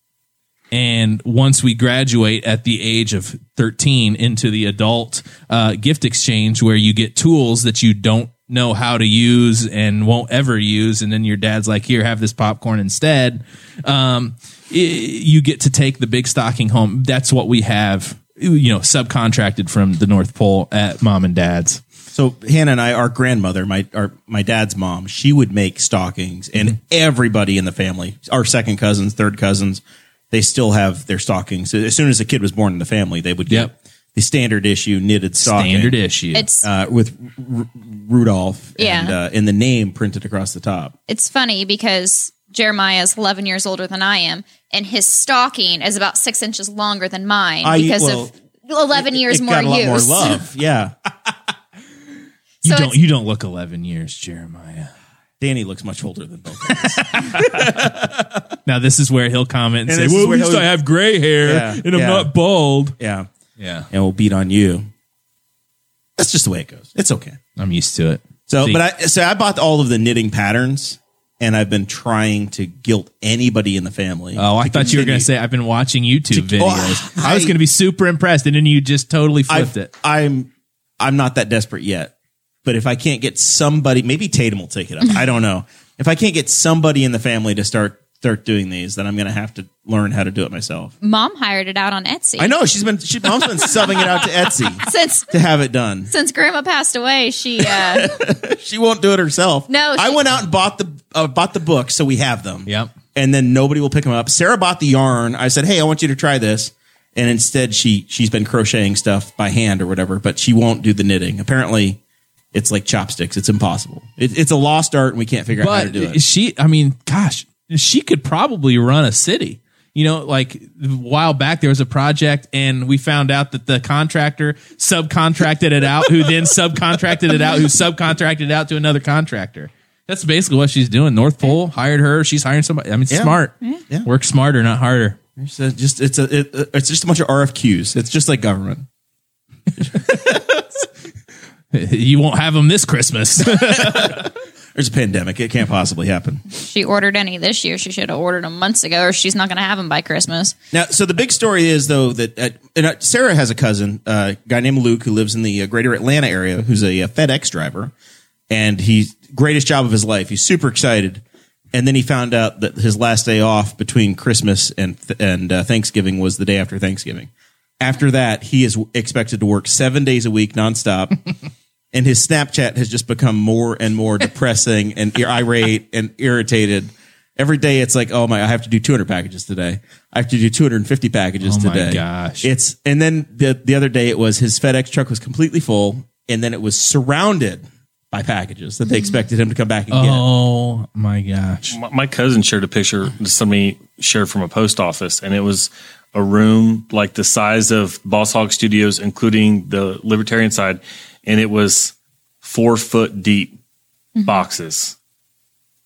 S2: And once we graduate at the age of 13 into the adult uh, gift exchange, where you get tools that you don't know how to use and won't ever use, and then your dad's like, here, have this popcorn instead, um, i- you get to take the big stocking home. That's what we have, you know, subcontracted from the North Pole at mom and dad's.
S1: So Hannah and I, our grandmother, my our, my dad's mom, she would make stockings,
S2: Mm-hmm.
S1: and everybody in the family, our second cousins, third cousins, they still have their stockings. As soon as a kid was born in the family, they would get
S2: Yep.
S1: the standard issue knitted stocking.
S2: Standard issue.
S3: it's
S1: uh, with R- Rudolph and,
S3: Yeah.
S1: uh, and the name printed across the top.
S3: it's funny because Jeremiah is 11 years older than I am, and his stocking is about six inches longer than mine
S1: I-
S3: because
S1: well,
S3: of 11 years
S1: it
S3: more
S1: got a lot
S3: use.
S1: more love. Yeah.
S2: you
S3: so
S2: don't
S3: it's-
S2: you don't look 11 years, Jeremiah.
S1: Danny looks much older than both. of us.
S2: Now this is where he'll comment and,
S1: And
S2: say,
S1: this is
S2: "Well, at
S1: where
S2: least
S1: he'll-
S2: I have gray hair
S1: Yeah,
S2: and I'm
S1: yeah.
S2: not bald."
S1: yeah,
S2: Yeah,
S1: and we'll beat on you. That's just the way it goes. It's okay.
S2: I'm used to it.
S1: So,
S2: See.
S1: but I so I bought all of the knitting patterns, and I've been trying to guilt anybody in the family.
S2: Oh, I
S1: to
S2: thought you were
S1: continue.
S2: going to say I've been watching YouTube
S1: To-
S2: videos.
S1: oh,
S2: I was
S1: I-
S2: going to be super impressed, and then you just totally flipped
S1: I've-
S2: it.
S1: I'm I'm not that desperate yet. But if I can't get somebody, maybe Tatum will take it up. I don't know. If I can't get somebody in the family to start start doing these, then I'm going to have to learn how to do it myself.
S3: Mom hired it out on Etsy.
S1: I know she's been she, mom's been subbing it out to Etsy
S3: Since
S1: to have it done.
S3: since Grandma passed away, she uh,
S1: She won't do it herself.
S3: No,
S1: I
S3: she-
S1: went out and bought the uh, bought the book, so we have them.
S2: Yep.
S1: And then nobody will pick them up. Sarah bought the yarn. I said, "Hey, I want you to try this." And instead, she she's been crocheting stuff by hand or whatever, but she won't do the knitting. Apparently, it's like chopsticks. It's impossible. It, it's a lost art, and we can't figure out how to
S2: But
S1: do it.
S2: she, I mean, gosh, she could probably run a city. You know, like a while back, there was a project, and we found out that the contractor subcontracted it out, who then subcontracted it out, who subcontracted it out to another contractor. That's basically what she's doing. North Pole hired her. She's hiring somebody. I mean,
S1: Yeah.
S2: smart.
S1: Yeah.
S2: Work smarter, not harder.
S1: So just it's a it, it's just a bunch of RFQs. It's just like government.
S2: You won't have them this Christmas.
S1: There's a pandemic. It can't possibly happen.
S3: she ordered any this year. She should have ordered them months ago, or she's not going to have them by Christmas.
S1: Now, so the big story is though that uh, and, uh, Sarah has a cousin, uh, a guy named Luke, who lives in the uh, Greater Atlanta area, who's a, uh FedEx driver, and he's greatest job of his life. He's super excited, and then he found out that his last day off between Christmas and and uh, Thanksgiving was the day after Thanksgiving. After that, he is expected to work seven days a week nonstop. and his Snapchat has just become more and more depressing and ir- irate and irritated. Every day it's like, oh my, I have to do 200 packages today. I have to do 250 packages
S2: Oh my
S1: today.
S2: gosh.
S1: It's and then the the other day it was his FedEx truck was completely full and then it was surrounded by packages that they expected him to come back and get.
S2: Hmm. oh my gosh.
S4: My, my cousin shared a picture that somebody shared from a post office, and it was a room like the size of Boss Hog Studios, including the Libertarian side, and it was four foot deep boxes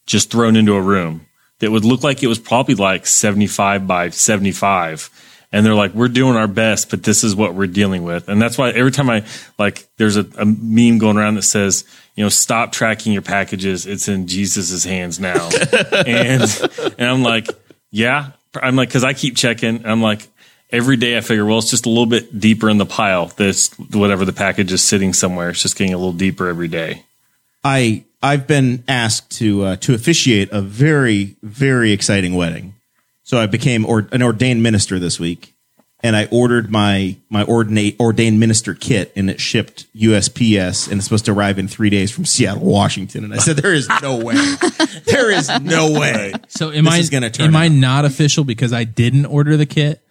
S4: just thrown into a room that would look like it was probably like 75 by 75 and they're like we're doing our best but this is what we're dealing with and that's why every time i like there's a, a meme going around that says you know stop tracking your packages it's in jesus's hands now and and i'm like yeah i'm like because i keep checking i'm like every day i figure well it's just a little bit deeper in the pile this whatever the package is sitting somewhere it's just getting a little deeper every day
S1: I I've been asked to uh, to officiate a very very exciting wedding. So I became or, an ordained minister this week, and I ordered my my ordinate ordained minister kit, and it shipped USPS, and it's supposed to arrive in three days from Seattle, Washington. And I said, there is no way, there is no way.
S2: So am
S1: This
S2: I
S1: is gonna turn
S2: am
S1: out.
S2: I not official because I didn't order the kit?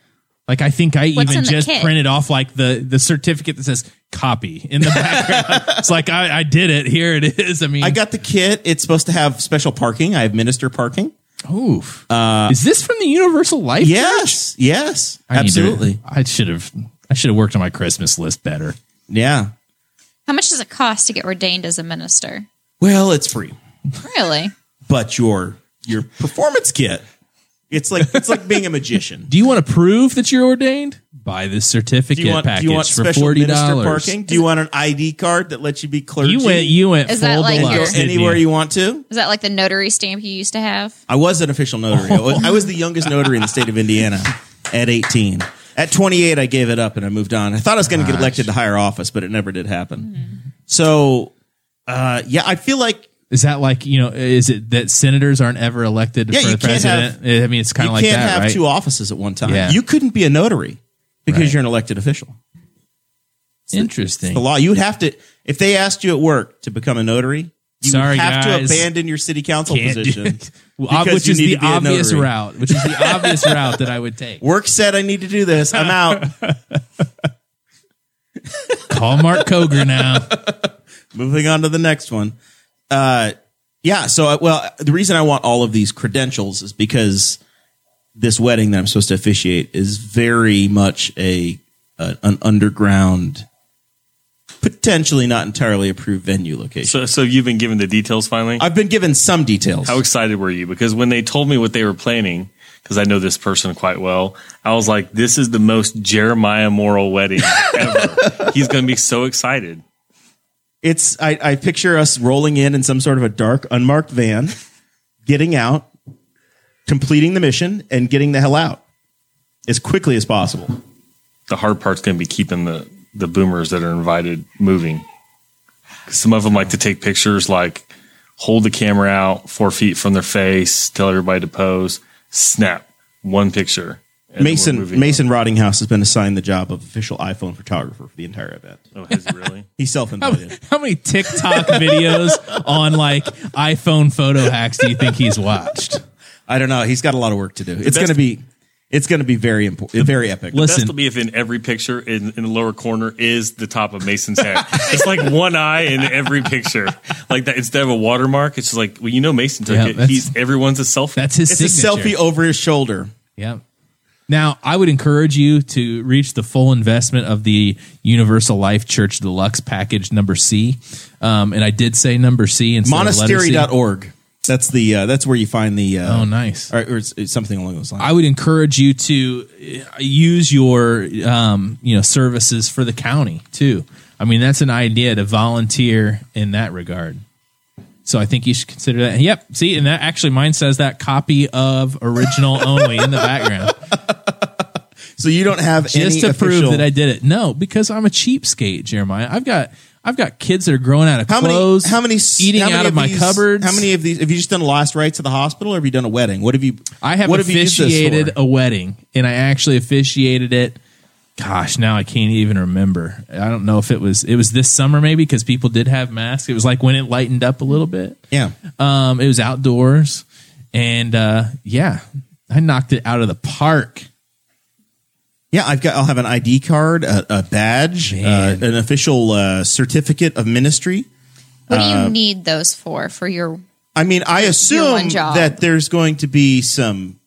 S2: Like I think I
S3: What's
S2: even
S3: in the
S2: just
S3: kit?
S2: printed off like the the certificate that says copy in the background. it's like I, I did it. Here it is. I mean,
S1: I got the kit. It's supposed to have special parking. I have minister parking.
S2: oof.
S1: Uh,
S2: is this from the Universal Life? Church?
S1: Yes, yes,
S2: I need to-
S1: absolutely.
S2: I should have I should have worked on my Christmas list better.
S1: Yeah.
S3: How much does it cost to get ordained as a minister?
S1: Well, it's free.
S3: Really?
S1: but your your performance kit. It's like it's like being a magician.
S2: Do you want to prove that you're ordained? Buy this certificate
S1: Do you want
S2: package
S1: do you want
S2: for
S1: special
S2: forty
S1: minister
S2: dollars.
S1: parking? Do you want an ID card that lets you be clergy?
S2: You went you went
S3: Is
S2: full
S3: that like
S2: deluxe,
S3: your-
S1: go
S3: Yes,
S2: didn't
S1: anywhere you want to.
S3: Is that like the notary stamp you used to have?
S1: I was an official notary. I was- I was the youngest notary in the state of Indiana at 18. At 28, I gave it up and I moved on. I thought I was going to get elected to higher office, but it never did happen. So, uh, yeah, I feel like
S2: Is that like you know? Is it that senators aren't ever elected
S1: Yeah,
S2: for
S1: you
S2: the
S1: can't
S2: president? I mean, it's kind
S1: you
S2: of like
S1: can't
S2: that,
S1: have
S2: right?
S1: two offices at one time.
S2: Yeah.
S1: You couldn't be a notary because
S2: Right.
S1: you're an elected official.
S2: Interesting.
S1: the law. You would have to if they asked you at work to become a notary. You
S2: Sorry,
S1: would have
S2: guys.
S1: to abandon your city council
S2: Can't do
S1: position,
S2: it. Well, ob-
S1: because
S2: which
S1: you
S2: is
S1: need
S2: the
S1: to be a
S2: obvious
S1: notary.
S2: route. Which is the obvious route that I would take.
S1: Work said I need to do this. I'm out.
S2: Call Mark Koger now.
S1: Moving on to the next one. Uh, yeah. So, I, well, the reason I want all of these credentials is because this wedding that I'm supposed to officiate is very much a, a an underground potentially not entirely approved venue location.
S4: So, so you've been given the details finally.
S1: I've been given some details.
S4: How excited were you? Because when they told me what they were planning, because I know this person quite well, I was like, "This is the most Jeremiah Morrill wedding ever." He's going to be so excited.
S1: it's I, I picture us rolling in in some sort of a dark, unmarked van, getting out, completing the mission, and getting the hell out as quickly as possible.
S4: The hard part's going to be keeping the the boomers that are invited moving. 'Cause Some of them like to take pictures, like hold the camera out four feet from their face, tell everybody to pose, snap one picture. and then we're
S1: Mason
S4: moving
S1: Mason Roddinghouse has been assigned the job of official iPhone photographer for the entire event.
S4: on. Oh, has he really?
S1: He's self-invited.
S2: How many TikTok videos on like iPhone photo hacks do you think he's watched?
S1: I don't know. He's got a lot of work to do. It's
S4: best-
S1: going to be it's going to be very important, very epic.
S4: Best will
S2: Listen,
S4: be if in every picture in, in the lower corner is the top of Mason's head. it's like one eye in every picture. Like that instead of a watermark, it's just like well, you know Mason took
S2: Yeah,
S4: it.
S2: that's-
S4: He's everyone's a selfie.
S2: that's his
S1: It's a
S2: signature.
S1: selfie over his shoulder.
S2: Yeah. Now, I would encourage you to reach the full investment of the Universal Life Church Deluxe Package number C. Um, and I did say number C instead of letter C.
S1: Monastery.org. That's the uh, that's where you find the uh,
S2: Oh, nice.
S1: or, or it's, it's something along those lines.
S2: I would encourage you to uh, use your um, you know services for the county too. I mean, that's an idea to volunteer in that regard. So I think you should consider that. Yep. See, and that actually mine says that copy of original only in the background.
S1: so you don't have
S2: just
S1: any
S2: to
S1: official-
S2: prove that I did it. No, because I'm a cheapskate, Jeremiah. I've got I've got kids that are growing out of
S1: How many?
S2: clothes.
S1: how many? s-
S2: eating
S1: how many
S2: out of my
S1: these,
S2: cupboards?
S1: How many of these? Have you just done last rites at the hospital, or have you done a wedding? What have you?
S2: I have
S1: what have you used this
S2: officiated
S1: for?
S2: a wedding, and I actually officiated it. Gosh, now I can't even remember. I don't know if it was it was this summer maybe because people did have masks. It was like when it lightened up a little bit.
S1: yeah.
S2: Um, it was outdoors, and uh, yeah, I knocked it out of the park.
S1: Yeah, I've got. I'll have an ID card, a, a badge, uh,
S2: Man.
S1: an official uh, certificate of ministry.
S3: What do
S1: Uh,
S3: you need those for? For your
S1: I mean, I assume
S3: one job.
S1: that there's going to be some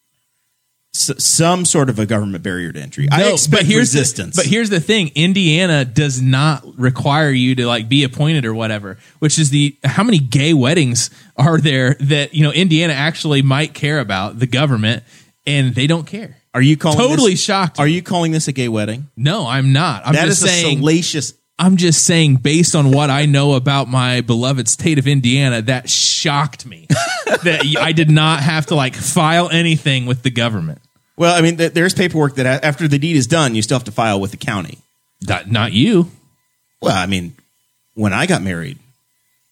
S1: s- some sort of a government barrier to entry. I
S2: No,
S1: expect
S2: here's the-
S1: resistance.
S2: but here's the thing: Indiana does not require you to like be appointed or whatever. Which is the how many gay weddings are there that you know Indiana actually might care about the government, and they don't care.
S1: are you calling
S2: Totally
S1: this-
S2: shocked.
S1: Are you calling this a gay wedding?
S2: no, I'm not. I'm
S1: That is
S2: just saying.
S1: a salacious.
S2: I'm just saying, based on what I know about my beloved state of Indiana, that shocked me that I did not have to like file anything with the government.
S1: Well, I mean, th- there's paperwork that a- after the deed is done, you still have to file with the county.
S2: Not, not you.
S1: Well, I mean, when I got married,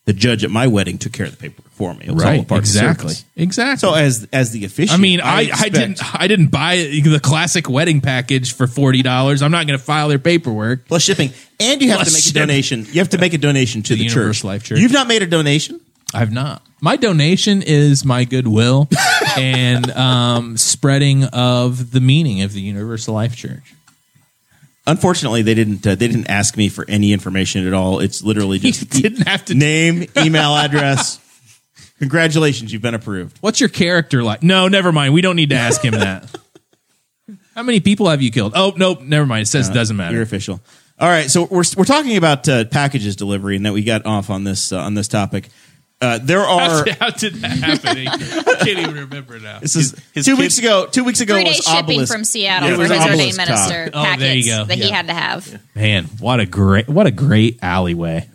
S1: the judge at my wedding took care of the paperwork for me. It was all a part of the
S2: Exactly.
S1: service.
S2: Exactly.
S1: So as as the official,
S2: I mean, I, I
S1: expect-
S2: didn't I didn't buy the classic wedding package for forty dollars. I'm not going to file their paperwork.
S1: plus shipping, and you have
S2: Plus
S1: to make
S2: shipping.
S1: a donation. You have to make a donation to the, church.
S2: Universal Life Church.
S1: You've not made a donation.
S2: I've not. My donation is my goodwill and um, spreading of the meaning of the Universal Life Church.
S1: Unfortunately, they didn't. Uh, they didn't ask me for any information at all. It's literally
S2: You
S1: just e-
S2: didn't have to.
S1: name, email address. Congratulations, you've been approved.
S2: What's your character like? No, never mind. We don't need to ask him that. How many people have you killed? Oh, nope, never mind. It says it doesn't
S1: You're
S2: matter.
S1: official. All right, so we're we're talking about uh, packages delivery, and that we got off on this uh, on this topic. Uh, there are
S2: How did that happen? I can't even remember now.
S1: This is
S4: His
S1: two
S4: kid-
S1: weeks ago. Two weeks ago
S3: three day
S1: was
S3: shipping
S1: obelisk.
S3: from Seattle
S1: Yeah, it
S3: for
S1: was
S3: his ordained
S1: obelisk top.
S3: minister
S2: Oh,
S3: packets
S2: there you go.
S3: that
S2: Yeah.
S3: he had to have.
S2: Man, what a great what a great alleyway.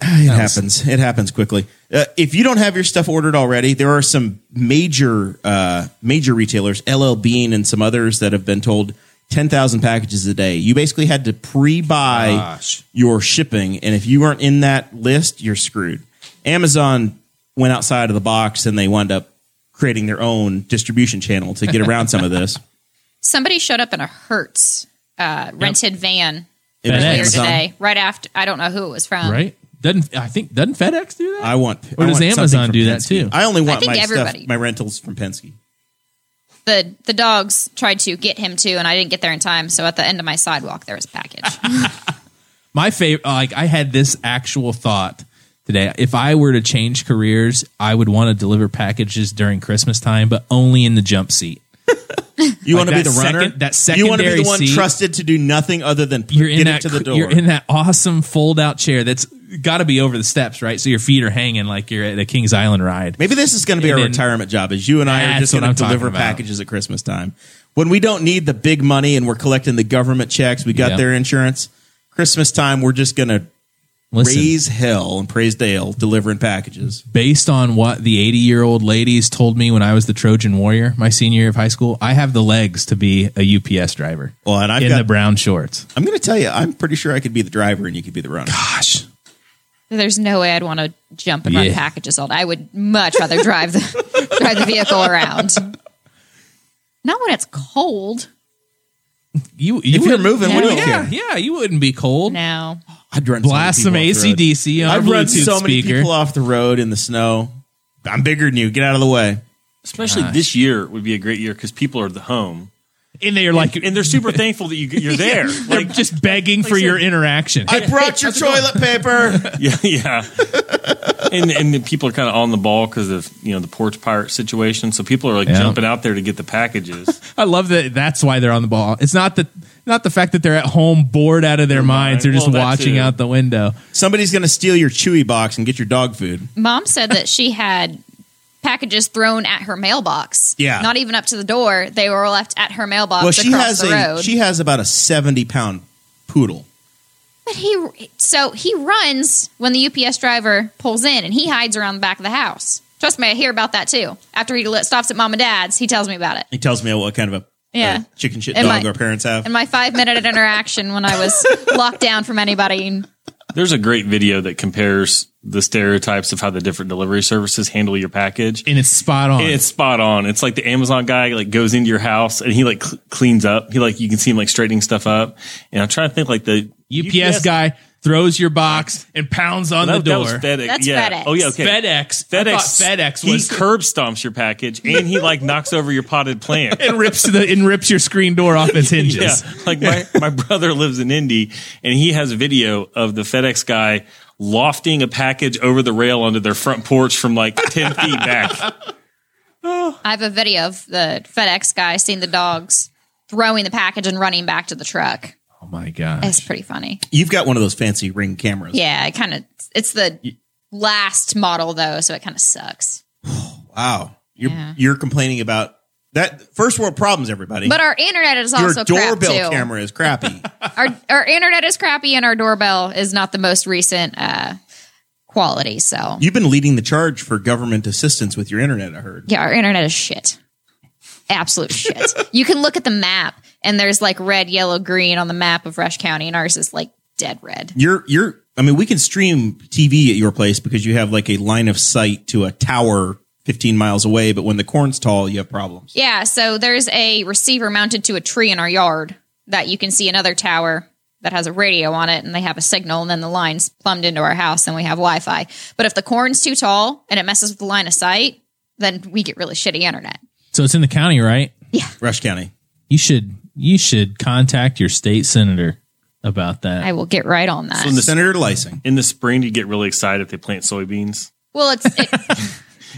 S1: It happens. It happens quickly. Uh, if you don't have your stuff ordered already, there are some major uh, major retailers, LL Bean and some others, that have been told ten thousand packages a day. You basically had to pre-buy your shipping, and if you weren't in that list, you're screwed. Amazon went outside of the box, and they wound up creating their own distribution channel to get around some of this.
S3: Somebody showed up in a Hertz uh, rented van
S1: It was
S2: FedEx.
S3: earlier
S1: Amazon.
S3: today, right after. I don't know who it was from.
S2: right? Doesn't I think doesn't FedEx do that?
S1: Um, I want.
S2: Or
S1: I
S2: does
S1: want something
S2: Amazon
S1: from
S2: do that
S1: Penske.
S2: too?
S1: I only want
S3: think
S1: my
S3: everybody-
S1: stuff, my rentals from Penske.
S3: The the dogs tried to get him too, and I didn't get there in time. So at the end of my sidewalk, there was a package.
S2: My favorite, like I had this actual thought today. If I were to change careers, I would want to deliver packages during Christmas time, but only in the jump seat.
S1: You
S2: Like
S1: want to be
S2: that
S1: the runner?
S2: second- that
S1: You want to be
S2: secondary
S1: the one
S2: seat.
S1: trusted to do nothing other than
S2: you're in
S1: get
S2: that
S1: it to the
S2: cr-
S1: door.
S2: you're in that awesome fold out chair that's got to be over the steps, right? So your feet are hanging like you're at a King's Island ride.
S1: Maybe this is going to be our
S2: And then-
S1: retirement job. Is you and I are
S2: That's
S1: just
S2: what
S1: going to
S2: I'm talking
S1: deliver
S2: about.
S1: packages at Christmas time when we don't need the big money and we're collecting the government checks. We got
S2: Yeah.
S1: their insurance. Christmas time, we're just going to
S2: Listen,
S1: raise hell and praise Dale delivering packages.
S2: based on what the 80 year old ladies told me when I was the Trojan warrior, my senior year of high school, I have the legs to be a UPS driver
S1: Well, and I've
S2: in
S1: got-
S2: the brown shorts.
S1: I'm going to tell you, I'm pretty sure I could be the driver and you could be the runner.
S2: Gosh,
S3: There's no way I'd want to jump and run
S2: Yeah.
S3: packages all day. I would much rather drive the drive the vehicle around. Not when it's cold.
S2: you, you
S1: If you're
S2: wouldn't-
S1: moving, what do you
S2: yeah,
S1: care?
S2: yeah, you wouldn't be cold.
S3: No.
S1: I'd run so many
S2: Blast some
S1: people off the road.
S2: ACDC on a
S1: I've run
S2: Bluetooth
S1: so many
S2: speaker.
S1: people off the road in the snow. I'm bigger than you. Get out of the way.
S4: Especially this year would be a great year because people are at the home
S2: and they're like,
S4: and they're super thankful that you, you're there.
S2: they're
S4: Like,
S2: just begging for your interaction.
S1: I brought your toilet paper.
S4: yeah, yeah. And and the people are kind of on the ball because of you know the porch pirate situation. So people are like
S2: Yeah.
S4: jumping out there to get the packages.
S2: I love that. That's why they're on the ball. It's not that, not the fact that they're at home bored out of their minds. They're just
S4: Well, that
S2: watching
S4: too.
S2: out the window.
S1: Somebody's going to steal your chewy box and get your dog food.
S3: Mom said that she had packages thrown at her mailbox.
S1: Yeah.
S3: Not even up to the door. They were left at her mailbox
S1: Well, she
S3: across
S1: has
S3: the
S1: a
S3: road.
S1: she has about a seventy pound poodle.
S3: but he so he runs when the UPS driver pulls in and he hides around the back of the house. Trust me, I hear about that too. After he li- stops at mom and dad's, he tells me about it.
S1: He tells me what kind of a
S3: Yeah.
S1: a chicken shit
S3: And
S1: dog
S3: my-
S1: our parents have.
S3: And my five minute interaction when I was locked down from anybody.
S4: There's a great video that compares the stereotypes of how the different delivery services handle your package.
S2: And it's spot on.
S4: And It's spot on. It's like the Amazon guy like goes into your house and he like cl- cleans up. He like you can see him like straightening stuff up. And I'm trying to think like the
S2: UPS, guy throws your box and pounds on the
S4: That, that
S2: door.
S4: was FedEx.
S3: That's
S4: yeah.
S3: FedEx.
S4: Oh yeah. Okay.
S2: FedEx. I thought
S4: FedEx.
S2: FedEx was
S4: he curb stomps your package and he like knocks over your potted plant.
S2: and rips the and rips your screen door off its hinges.
S4: Yeah, like my, my brother lives in Indy and he has a video of the FedEx guy lofting a package over the rail onto their front porch from like 10 feet back.
S3: I have a video of the FedEx guy seeing the dogs throwing the package and running back to the truck.
S2: Oh my god.
S3: It's pretty funny.
S1: You've got one of those fancy ring cameras.
S3: Yeah, it kind of it's the last model though, so it kind of sucks.
S1: Wow. You're
S3: Yeah.
S1: you're complaining about that first world problems, everybody.
S3: But our internet is
S1: your
S3: also crap
S1: doorbell
S3: too.
S1: camera is crappy.
S3: Our our internet is crappy and our doorbell is not the most recent uh quality, so
S1: You've been leading the charge for government assistance with your internet, I heard.
S3: Yeah, our internet is shit. Absolute shit. You can look at the map and there's like red, yellow, green on the map of Rush County, and ours is like dead red.
S1: You're you're I mean, we can stream TV at your place because you have like a line of sight to a tower 15 miles away, but when the corn's tall, you have problems.
S3: Yeah, so there's a receiver mounted to a tree in our yard that you can see another tower that has a radio on it and they have a signal and then the line's plumbed into our house and we have Wi-Fi. But if the corn's too tall and it messes with the line of sight, then we get really shitty internet.
S2: So it's in the county, right?
S1: Rush County.
S2: You should you should contact your state senator about that.
S3: I will get right on that.
S1: Senator Lysing.
S4: In the spring, you get really excited if they plant soybeans.
S3: well, it's it,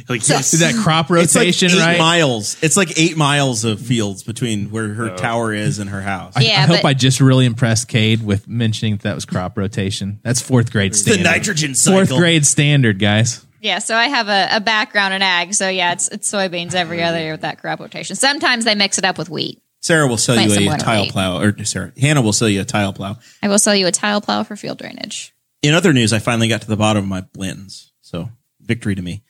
S4: Like,
S3: So-
S4: yes.
S2: Is that crop
S1: It's like
S2: rotation,
S1: eight
S2: right?
S1: miles. It's like eight miles of fields between where her tower is and her house.
S3: Yeah.
S2: I hope
S3: but-
S2: I just really impressed Cade with mentioning that, that was crop rotation. That's fourth grade
S1: It's the
S2: standard.
S1: nitrogen cycle.
S2: fourth grade standard, guys.
S3: Yeah, so I have a, a background in ag, so yeah, it's, it's soybeans every other year with that crop rotation. Sometimes they mix it up with wheat.
S1: Sarah will sell
S3: Plant
S1: you a
S3: someone
S1: tile
S3: right.
S1: plow, or Sarah Hannah will sell you a tile plow.
S3: I will sell you a tile plow for field drainage.
S1: In other news, I finally got to the bottom of my Blintons, so victory to me.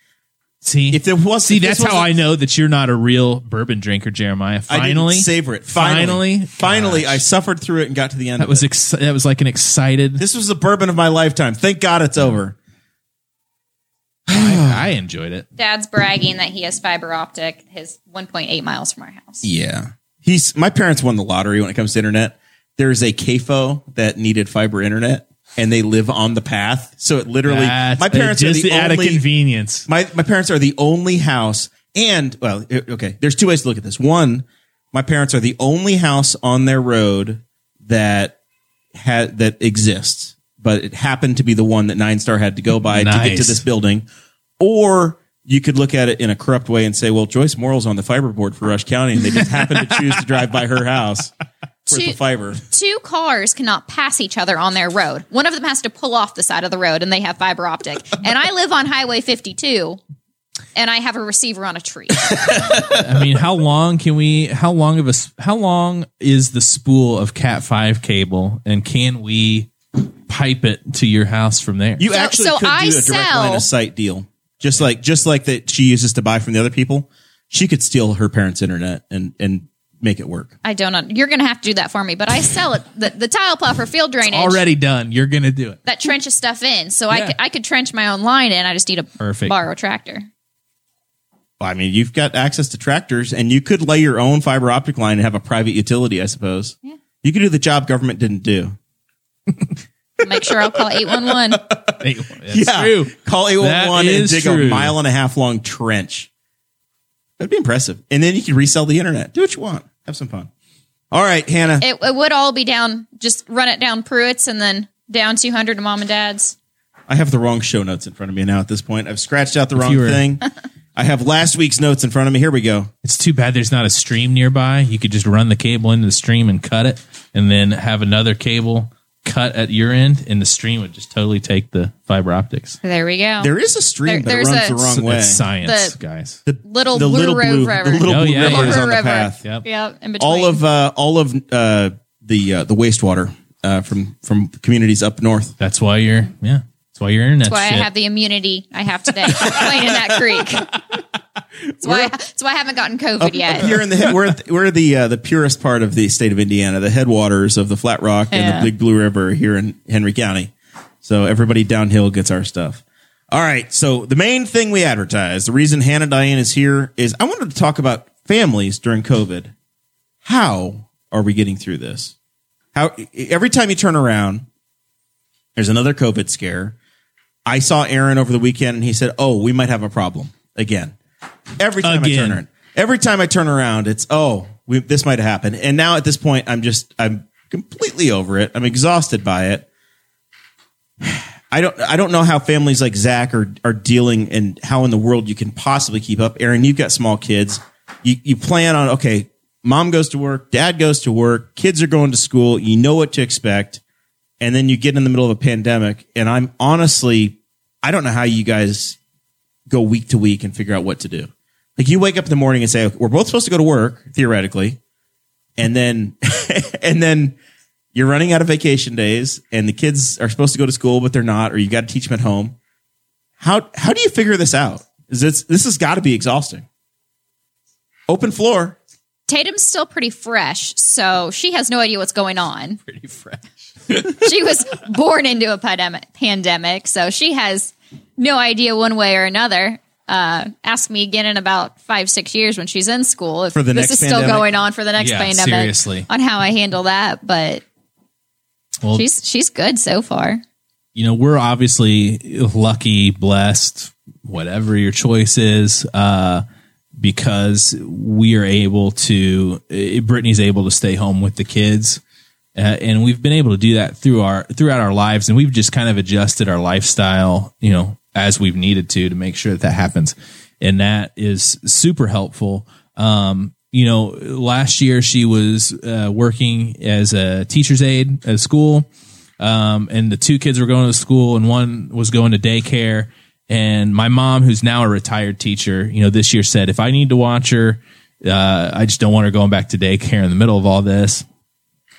S2: See,
S1: If there was,
S2: see,
S1: if this
S2: that's how
S1: wasn't-
S2: I know that you're not a real bourbon drinker, Jeremiah.
S1: I didn't
S2: Finally,
S1: savor it. Finally,
S2: Finally? uh,
S1: Finally, I suffered through it and got to the end.
S2: that
S1: of
S2: was
S1: it.
S2: ex- that was like an excited.
S1: this was the bourbon of my lifetime. Thank God it's over.
S2: I, I enjoyed it.
S3: Dad's bragging that he has fiber optic, his 1.8 miles from our house.
S1: Yeah, he's my parents won the lottery when it comes to internet. There's a KFO that needed fiber internet, and they live on the path, so it literally.
S2: That's-
S1: my parents
S2: just
S1: are the
S2: at
S1: only,
S2: a convenience.
S1: My my parents are the only house, and well, i- okay. There's two ways to look at this. One, my parents are the only house on their road that had that exists, but it happened to be the one that Nine Star had to go by to get to
S2: Nice.
S1: this building, or you could look at it in a corrupt way and say, well, Joyce Morrill's on the fiber board for Rush County and they just happened to choose to drive by her house for the
S3: Two-
S1: fiber.
S3: Two cars cannot pass each other on their road. One of them has to pull off the side of the road and they have fiber optic. And I live on Highway 52 and I have a receiver on a tree.
S2: I mean, how long can we? How long of a? s- How long is the spool of Cat five cable, and can we pipe it to your house from there?
S1: You
S3: So-
S1: actually
S3: so
S1: could
S3: I
S1: do a direct
S3: sell-
S1: line of sight deal. Just like just like that she uses to buy from the other people. She could steal her parents' internet and and make it work.
S3: I don't know. You're going to have to do that for me, but I sell it. The, the tile puffer field drainage
S2: Already done. You're gonna do it.
S3: that trenches stuff in. So I,
S2: Yeah.
S3: could, I could trench my own line in. I just need to
S2: Perfect.
S3: borrow a tractor.
S1: Well, I mean, you've got access to tractors and you could lay your own fiber optic line and have a private utility, I suppose. Yeah. You could do the job government didn't do.
S3: Make sure I'll call 811.
S2: That's true.
S1: Call 811
S2: That
S1: and
S2: is
S1: dig
S2: true.
S1: a mile and a half long trench. That'd be impressive. And then you can resell the internet. Do what you want. Have some fun. All right, Hannah.
S3: It, it would all be down, just run it down Pruitt's and then down 200 to mom and dad's.
S1: I have the wrong show notes in front of me now at this point. I've scratched out the wrong
S2: you were-
S1: thing. I have last week's notes in front of me. Here we go.
S2: It's too bad there's not a stream nearby. You could just run the cable into the stream and cut it, and then have another cable cut at your end, and the stream would just totally take the fiber optics.
S3: There we go.
S1: There is a stream,
S3: There-
S1: but it
S3: there's
S1: runs
S3: a-
S1: the wrong way.
S2: It's science,
S3: The-
S2: guys.
S1: The
S3: Little
S1: the
S3: Blue
S1: little
S3: Road
S1: blue,
S3: River.
S1: the little
S2: Oh,
S1: blue
S2: yeah,
S1: river
S2: yeah.
S1: is on
S3: River.
S1: the path.
S2: Yep.
S3: Yeah, in between.
S1: All of uh, all of uh, the uh, the wastewater uh, from from communities up north.
S2: That's why you're yeah. That's why your internet.
S3: That's why
S2: shit.
S3: I have the immunity I have today playing in that creek. That's why, that's why I haven't gotten COVID yet.
S1: Up here in the head- we're at the, we're the uh, the purest part of the state of Indiana, the headwaters of the Flat Rock and
S3: Yeah.
S1: the Big Blue River here in Henry County. So everybody downhill gets our stuff. All right. So the main thing we advertise, the reason Hannah Diane is here is I wanted to talk about families during COVID. How are we getting through this? How every time you turn around, there's another COVID scare. I saw Aaron over the weekend and he said, Oh, we might have a problem again. Every time I
S2: Again.
S1: turn around, every time I turn around, it's, Oh, we, this might happen. And now at this point, I'm just, I'm completely over it. I'm exhausted by it. I don't, I don't know how families like Zach are, are dealing and how in the world you can possibly keep up. Aaron, you've got small kids. You, you plan on, okay, mom goes to work, dad goes to work, kids are going to school. You know what to expect and then you get in the middle of a pandemic and i'm honestly i don't know how you guys go week to week and figure out what to do like you wake up in the morning and say okay, we're both supposed to go to work theoretically and then and then you're running out of vacation days and the kids are supposed to go to school but they're not or you got to teach them at home how how do you figure this out is this this has got to be exhausting open floor
S3: Tatum's still pretty fresh, so she has no idea what's going on. Pretty fresh. she was born into a pandemic, pandemic, so she has no idea one way or another. Uh, ask me again in about five, six years when she's in school if
S1: For the
S3: this
S1: next
S3: is
S1: pandemic.
S3: still going on for the next
S2: Yeah,
S3: pandemic.
S2: seriously.
S3: on how I handle that, but
S2: Well,
S3: she's she's good so far.
S2: you know, we're obviously lucky, blessed, whatever your choice is, uh, because we are able to, eh, Brittany's able to stay home with the kids. Uh, and we've been able to do that through our throughout our lives, and we've just kind of adjusted our lifestyle, you know, as we've needed to to make sure that that happens, and that is super helpful. Um, you know, last year she was uh, working as a teacher's aide at a school, um, and the two kids were going to school and one was going to daycare and my mom who's now a retired teacher you know this year said if i need to watch her uh, i just don't want her going back to daycare in the middle of all this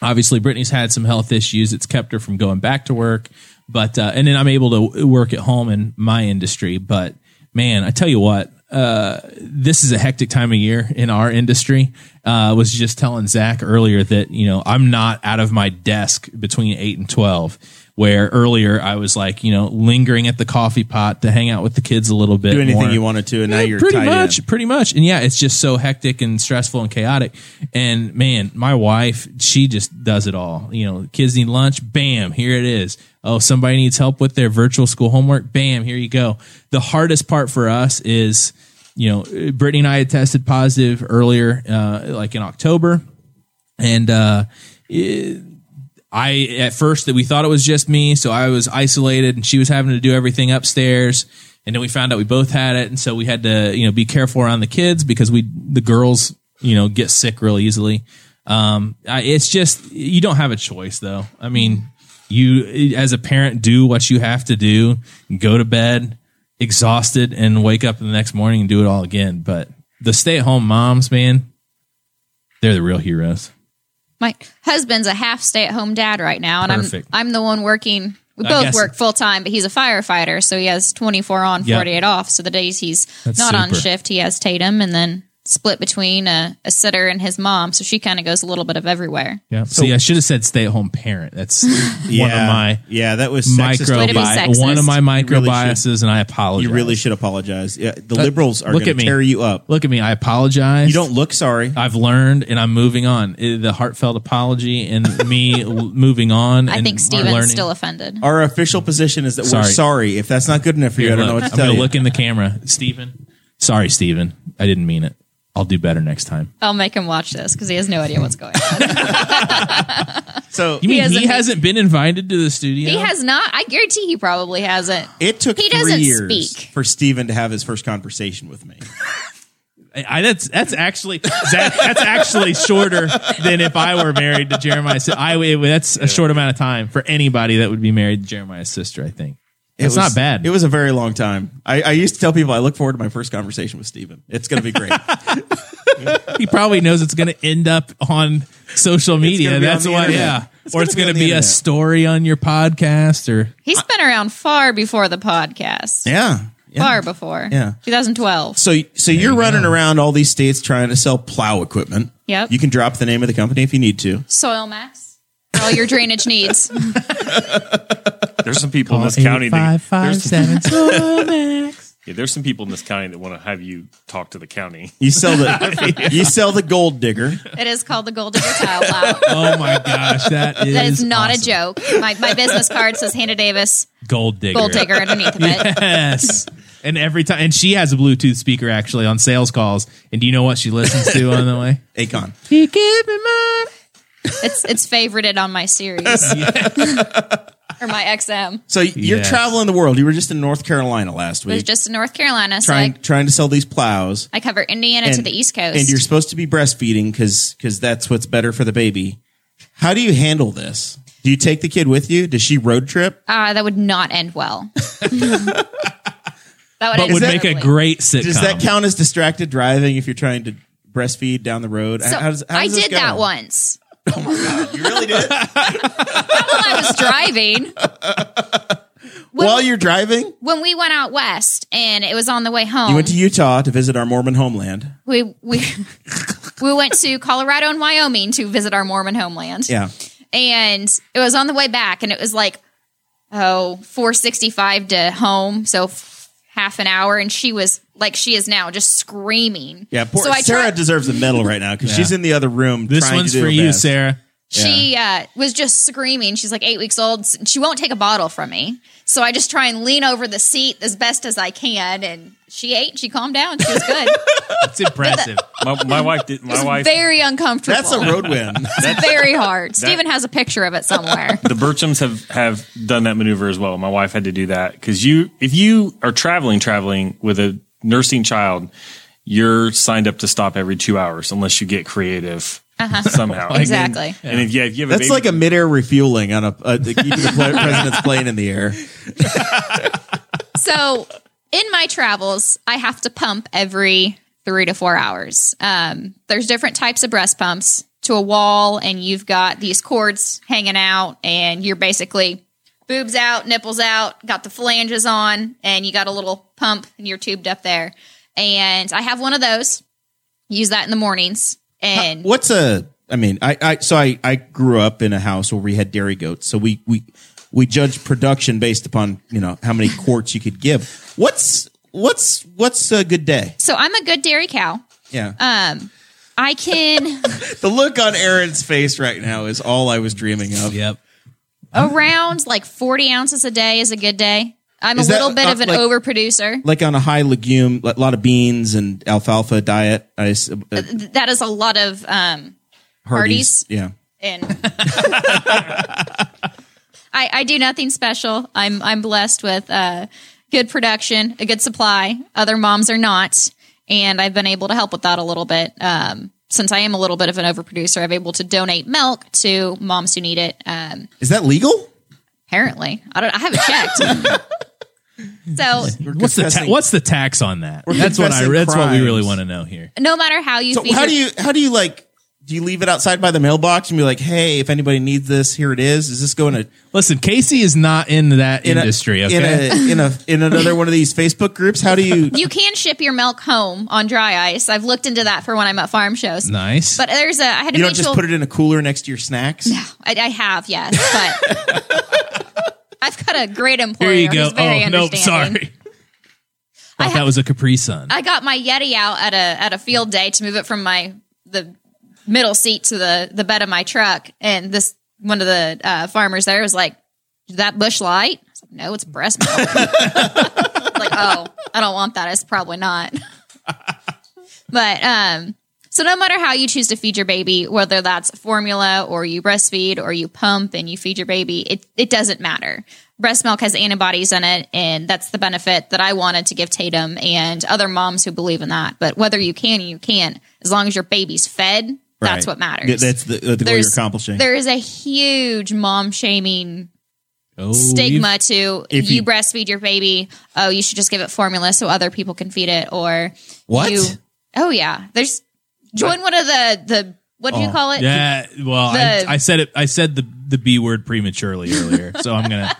S2: obviously brittany's had some health issues it's kept her from going back to work but uh, and then i'm able to work at home in my industry but man i tell you what uh, this is a hectic time of year in our industry. Uh, was just telling Zach earlier that you know I'm not out of my desk between eight and twelve. Where earlier I was like you know lingering at the coffee pot to hang out with the kids a little bit.
S1: do anything
S2: more
S1: you wanted to and now you're
S2: pretty
S1: tied in.
S2: much pretty much and yeah it's just so hectic and stressful and chaotic and man my wife she just does it all you know kids need lunch bam here it is oh somebody needs help with their virtual school homework bam here you go the hardest part for us is you know brittany and i had tested positive earlier uh, like in october and uh I at first that we thought it was just me, so I was isolated and she was having to do everything upstairs. And then we found out we both had it, and so we had to you know be careful around the kids because we the girls you know get sick real easily. Um, I, it's just you don't have a choice though. I mean, you as a parent do what you have to do, go to bed exhausted, and wake up the next morning and do it all again. But the stay at home moms, man, they're the real heroes.
S3: My husband's a half stay at home dad right now, and
S2: Perfect.
S3: I'm I'm the one working. We
S2: I
S3: both
S2: guess-
S3: work full time, but he's a firefighter, so he has 24 on,
S2: Yeah.
S3: 48 off. So the days he's
S2: That's
S3: not on
S2: super.
S3: shift, he has Tatum, and then split between a, a sitter and his mom. So she kind of goes a little bit of everywhere.
S2: Yeah. See, I should have said stay at home parent. That's one of my
S1: yeah, that was sexist.
S2: micro
S3: Way to be
S2: bi-
S3: sexist.
S2: one of my micro
S1: really should.
S2: biases, and I apologize. Uh,
S1: You really should apologize. Yeah, the liberals are going
S2: look
S1: to
S2: at me.
S1: tear you up.
S2: look at me. I apologize.
S1: You don't look sorry.
S2: I've learned, and I'm moving on. I- The heartfelt apology and me l- moving on.
S3: I
S2: and
S3: think Steven's
S2: learning.
S3: still offended.
S1: Our official position is that we're
S2: Sorry.
S1: sorry. If that's not good enough for you,
S2: Here,
S1: I don't know
S2: look.
S1: what to
S2: I'm
S1: tell
S2: gonna
S1: you.
S2: look in the camera, Steven. Sorry, Steven. I didn't mean it. I'll do better next time.
S3: I'll make him watch this because he has no idea what's going on.
S1: So
S2: You mean he hasn't,
S3: hasn't been-
S2: been invited to the studio?
S3: He has not. I guarantee he probably hasn't.
S1: it took
S3: He
S1: three
S3: doesn't
S1: years
S3: speak.
S1: for Steven to have his first conversation with me.
S2: I, I- that's that's actually that, that's actually shorter than if I were married to Jeremiah's. si- I it- that's a short amount of time for anybody that would be married to Jeremiah's sister. I think it's
S1: was-
S2: not bad.
S1: It was a very long time. I, I used to tell people I look forward to my first conversation with Steven. It's going to be great.
S2: he probably knows it's going to end up on social media.
S1: be on
S2: That's
S1: the
S2: why,
S1: internet.
S2: yeah.
S1: It's
S2: or
S1: gonna
S2: it's
S1: be
S2: going
S1: on
S2: to
S1: the
S2: be a
S1: internet.
S2: story on your podcast or
S3: He's been around far before the podcast.
S1: yeah. yeah.
S3: Far before.
S1: Yeah.
S3: 2012.
S1: So, so you're running around all these states trying to sell plow equipment.
S3: Yep.
S1: You can drop the name of the company if you need to.
S3: Soil max. for All your drainage needs.
S4: There's some people in this county that there's, yeah, there's some people in this county that want to have you talk to the county.
S1: You sell the you sell the gold digger.
S3: It is called the Gold Digger Tile Plow.
S2: Oh my gosh, that is
S3: That is not
S2: awesome.
S3: a joke. My, my business card says Hannah Davis
S2: Gold digger.
S3: Gold Digger underneath of it.
S2: Yes. And every time, and she has a Bluetooth speaker actually on sales calls. And do you know what she listens to on the way?
S1: Akon.
S2: You give me mine.
S3: It's it's favorited on my series or my XM.
S1: So you're
S2: Yes.
S1: traveling the world. You were just in North Carolina last
S3: It was
S1: week,
S3: just in North Carolina, so
S1: trying
S3: I,
S1: trying to sell these plows.
S3: I cover Indiana to the East Coast.
S1: and you're supposed to be breastfeeding because that's what's better for the baby. How do you handle this? Do you take the kid with you? Does she road trip?
S3: uh, that would not end well. that would
S2: But
S3: end
S2: would make
S3: terribly.
S2: a great sitcom.
S1: Does that count as distracted driving if you're trying to breastfeed down the road?
S3: So
S1: how does, how does
S3: I
S1: this
S3: did
S1: go? Oh
S3: that once.
S1: You really did
S3: While I was driving,
S1: while you're driving.
S3: when we went out west, and it was on the way home.
S1: You went to Utah to visit our Mormon homeland.
S3: we we we went to Colorado and Wyoming to visit our Mormon homeland.
S1: Yeah.
S3: And it was on the way back and it was like oh 465 to home, so f- half an hour and she was like she is now just screaming.
S1: Yeah, poor,
S3: so I
S1: Sarah
S3: tried-
S1: deserves a medal right now because she's in the other room.
S2: This
S1: trying
S2: one's
S1: to do
S2: for
S1: her
S2: you,
S1: best.
S2: Sarah.
S3: she uh, was just screaming. She's like 8 weeks old. S- She won't take a bottle from me. So I just try and lean over the seat as best as I can and she ate, she calmed down, she was good.
S2: It's impressive.
S4: My, my wife did.
S3: it
S4: My
S3: was
S4: wife.
S3: very uncomfortable.
S1: That's a road win.
S3: It's very hard. Steven has a picture of it somewhere.
S4: the Burchams have have done that maneuver as well. My wife had to do that because you, if you are traveling, traveling with a nursing child, you're signed up to stop every two hours unless you get creative somehow.
S3: Uh-huh. Exactly.
S4: And if, yeah, if you have
S1: That's
S4: a baby,
S1: like a midair refueling on a, a to keep the pla- president's plane in the air.
S3: So in my travels, I have to pump every three to four hours. Um, there's different types of breast pumps to a wall, and you've got these cords hanging out, and you're basically boobs out, nipples out, got the flanges on, and you got a little pump, and you're tubed up there. And I have one of those. Use that in the mornings. And
S1: What's a? I mean, I, I so I, I grew up in a house where we had dairy goats, so we we we judge production based upon you know how many quarts you could give. What's what's what's a good day?
S3: so I'm a good dairy cow.
S1: Yeah,
S3: Um, I can
S1: the look on Aaron's face right now is all I was dreaming of.
S2: yep.
S3: around like 40 ounces a day is a good day. I'm
S1: Is
S3: a
S1: that,
S3: little bit
S1: uh,
S3: of an
S1: like-
S3: overproducer.
S1: Like on a high legume, a lot of beans and alfalfa diet. I, s- uh,
S3: Th- That is a lot of um, Hardee's.
S1: Yeah.
S3: and I, I do nothing special. I'm I'm blessed with uh, good production, a good supply. Other moms are not, and I've been able to help with that a little bit. Um, since I am a little bit of an overproducer, I'm able to donate milk to moms who need it. Um,
S1: Is that legal?
S3: apparently, I don't. I haven't checked. so
S2: What's the ta-
S1: Confessing-
S2: what's the tax on that? That's what I.
S1: confessing
S2: That's what we
S1: crimes.
S2: really want to know here.
S3: no matter how you
S1: So
S3: feed
S1: how
S3: your-
S1: do you how do you like do you leave it outside by the mailbox and be like, hey, if anybody needs this, here it is. Is this going to
S2: Listen, Casey is not in that
S1: in a-
S2: industry. Okay,
S1: in a in a in another one of these Facebook groups? How do you
S3: you can ship your milk home on dry ice. I've looked into that for when I'm at farm shows.
S2: nice.
S3: But there's a I had a
S1: you don't
S3: mutual
S1: just put it in a cooler next to your snacks?
S3: I, I have, yes, but I've got a great employer.
S2: here you go.
S3: Who's very
S2: Oh nope,
S3: understanding.
S2: sorry. Thought that was a Capri Sun.
S3: I got my Yeti out at a at a field day to move it from my the middle seat to the the bed of my truck, and this one of the uh, farmers there was like, "Is that bush light?" I was like, "No, it's breast milk." like, oh, I don't want that. It's probably not. but um, so no matter how you choose to feed your baby, whether that's formula or you breastfeed or you pump and you feed your baby, it it doesn't matter. Breast milk has antibodies in it, and that's the benefit that I wanted to give Tatum and other moms who believe in that. But whether you can or you can't, as long as your baby's fed, that's
S1: Right.
S3: what matters.
S1: Th- That's the, that's what you're accomplishing.
S3: There is a huge mom shaming
S2: Oh,
S3: stigma to
S1: if
S3: you,
S1: you-
S3: breastfeed your baby. Oh, you should just give it formula so other people can feed it. Or
S1: What?
S3: You, oh yeah, there's join one of the the what do
S1: Oh,
S3: you call it?
S2: Yeah. Well, I,
S3: The-
S2: I said it. I said the the b word prematurely earlier, so I'm gonna.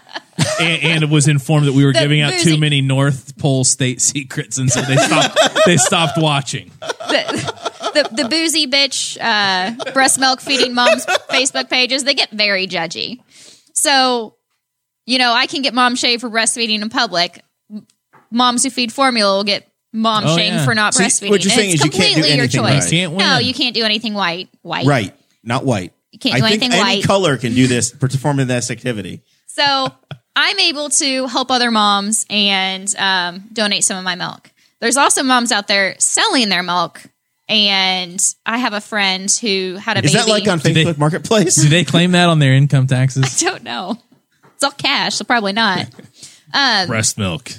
S2: and, and was informed that we were
S3: The
S2: giving out
S3: boozy-
S2: too many North Pole state secrets, and so they stopped. they stopped watching.
S3: The, the boozy bitch uh, breast milk feeding moms Facebook pages. They get very judgy. So you know, I can get mom shamed for breastfeeding in public. M- Moms who feed formula will get mom
S2: Oh,
S3: shamed
S2: yeah.
S3: for not
S1: So you-
S3: breastfeeding.
S1: what you're
S3: And
S1: saying
S3: it's
S1: is you can't do
S3: completely your
S1: anything
S3: choice.
S1: right.
S2: Can't
S3: No,
S2: win.
S3: you can't do anything white. White.
S1: right. Not white.
S3: You can't
S1: I
S3: do
S1: think
S3: anything
S1: any
S3: white.
S1: color can do this performing this activity.
S3: So I'm able to help other moms and um, donate some of my milk. There's also moms out there selling their milk, and I have a friend who had a
S1: Is
S3: baby.
S1: that like on Facebook
S2: they-
S1: Marketplace?
S2: Do they claim that on their income taxes?
S3: don't know. It's all cash, so probably not.
S2: Breast milk.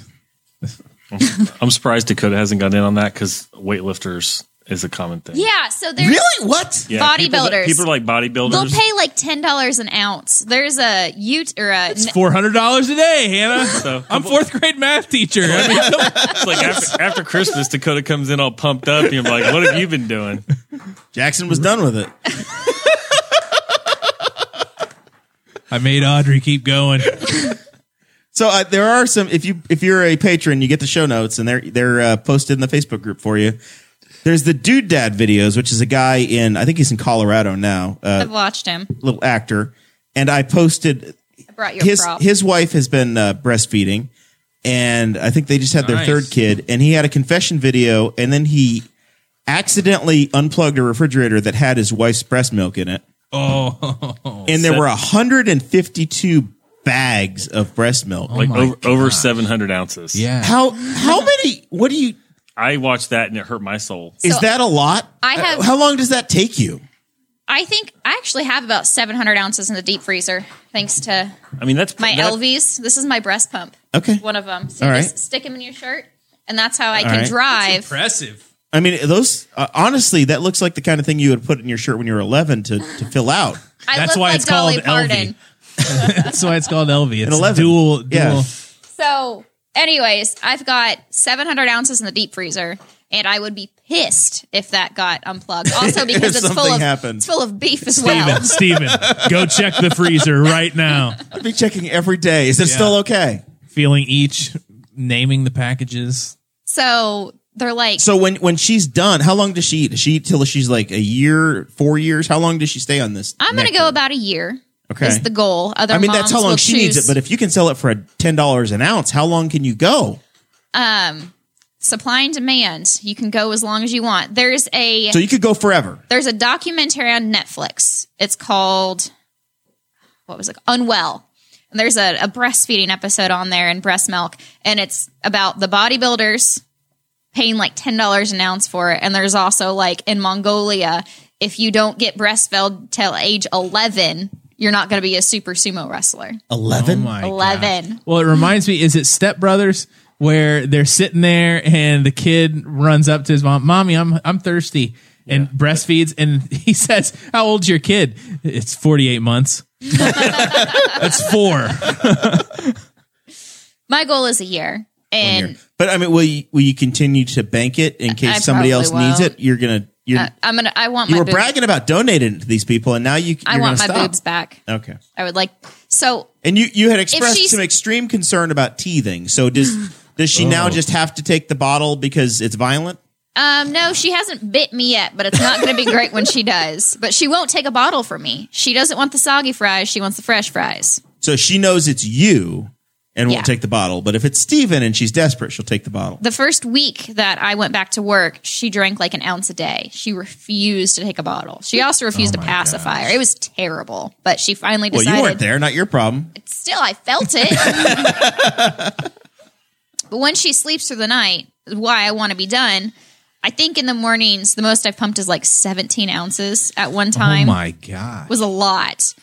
S4: I'm surprised Dakota hasn't gotten in on that because weightlifters is a common thing.
S3: Yeah. So there's
S1: really? What?
S4: Yeah, people that-
S3: Bodybuilders.
S4: People, are like
S3: They'll
S4: bodybuilders.
S3: pay like ten dollars an ounce. There's a Ute or a
S2: It's four hundred dollars a day, Hannah.
S4: So-
S2: I'm fourth grade math teacher. I mean, come on.
S4: It's like after, after Christmas, Dakota comes in all pumped up. And I'm like, what have you been doing?
S1: Jackson was done with it.
S2: I made Audrey keep going.
S1: So uh, there are some. If you if you're a patron, you get the show notes, and they're they're uh, posted in the Facebook group for you. There's the Dude Dad videos, which is a guy in I think he's in Colorado now, a
S3: I've watched him.
S1: little actor, and I posted
S3: I brought your
S1: his
S3: prop.
S1: his wife has been uh, breastfeeding, and I think they just had
S2: Nice.
S1: their third kid, and he had a confession video, and then he accidentally unplugged a refrigerator that had his wife's breast milk in it,
S2: Oh,
S1: and there were 152 bags of breast milk.
S4: Like
S2: Oh my
S4: over, over 700 ounces.
S2: yeah.
S1: How how many? What do you?
S4: I watched that and it hurt my soul.
S1: Is
S3: So,
S1: that a lot? Uh,
S3: I have-
S1: How long does that take you?
S3: I think I actually have about seven hundred ounces in the deep freezer, thanks to
S4: I mean, that's
S3: my
S4: that-
S3: LVs. This is my breast pump.
S1: Okay.
S3: One of them. So
S1: All
S3: you
S1: right.
S3: just stick them in your shirt, and that's how I
S1: right.
S3: can
S1: That's
S3: drive.
S2: Impressive.
S1: I mean, those uh, honestly, that looks like the kind of thing you would put in your shirt when you were 11 to to fill out.
S3: I
S2: That's
S3: look
S2: why
S3: like
S2: it's
S3: Dolly
S2: called
S3: Parton.
S2: LV. That's why it's called LV. It's
S1: 11.
S2: dual. dual.
S1: Yeah.
S3: So, anyways, I've got 700 ounces in the deep freezer, and I would be pissed if that got unplugged. Also, because it's full
S1: something
S3: of
S1: happened.
S3: it's full of beef as well.
S2: Steven, Steven, go check the freezer right now.
S1: I'd be checking every day. Is it
S2: Yeah.
S1: still okay?
S2: Feeling each, naming the packages.
S3: So they're like,
S1: So when when she's done, how long does she eat? Does she eat till she's like a year, four years? How long does she stay on this?
S3: I'm going to
S1: nectar?
S3: go about a year.
S1: Okay.
S3: is the goal. Other
S1: I mean,
S3: moms
S1: that's how
S3: will
S1: long she needs it.
S3: choose-
S1: But if you can sell it for ten dollars an ounce, how long can you go?
S3: um, supply and demand, you can go as long as you want. There's a
S1: So you could go forever.
S3: there's a documentary on Netflix. It's called what was it? Unwell. And there's a, a breastfeeding episode on there and breast milk, and it's about the bodybuilders paying like ten dollars an ounce for it. And there's also like in Mongolia, if you don't get breastfed till age eleven, you're not going to be a super sumo wrestler.
S1: Eleven.
S2: my gosh.
S3: Eleven.
S2: Well, it reminds me. Is it Step Brothers where they're sitting there and the kid runs up to his mom, "Mommy, I'm I'm thirsty." And breastfeeds, and he says, "How old's your kid?" It's forty-eight months. That's four.
S3: My goal is a year, and
S1: But I mean, will you, will you continue to bank it in case
S3: I
S1: somebody else
S3: probably
S1: needs
S3: won't.
S1: it? You're gonna you're
S3: I- I'm gonna. I want
S1: you
S3: my
S1: were
S3: boobs.
S1: bragging about donating it to these people, and now you
S3: I
S1: you're
S3: want my
S1: gonna stop.
S3: boobs back.
S1: Okay,
S3: I would like so.
S1: and you you had expressed
S3: she's-
S1: some extreme concern about teething. So does does she now just have to take the bottle because it's violent?
S3: Um, no, she hasn't bit me yet, but it's not going to be great when she does. But she won't take a bottle from me. She doesn't want the soggy fries. She wants the fresh fries.
S1: So she knows it's you and
S3: Yeah.
S1: won't take the bottle. But if it's Steven and she's desperate, she'll take the bottle.
S3: The first week that I went back to work, she drank like an ounce a day. She refused to take a bottle. She also refused a pacifier. It was terrible, but she finally
S1: Oh Well,
S3: decided.
S1: you weren't there, not your problem.
S3: Still, I felt it. but when she sleeps through the night, why I want to be done. I think in the mornings, the most I've pumped is like 17 ounces at
S1: Oh
S3: one time.
S2: god!
S3: was a lot.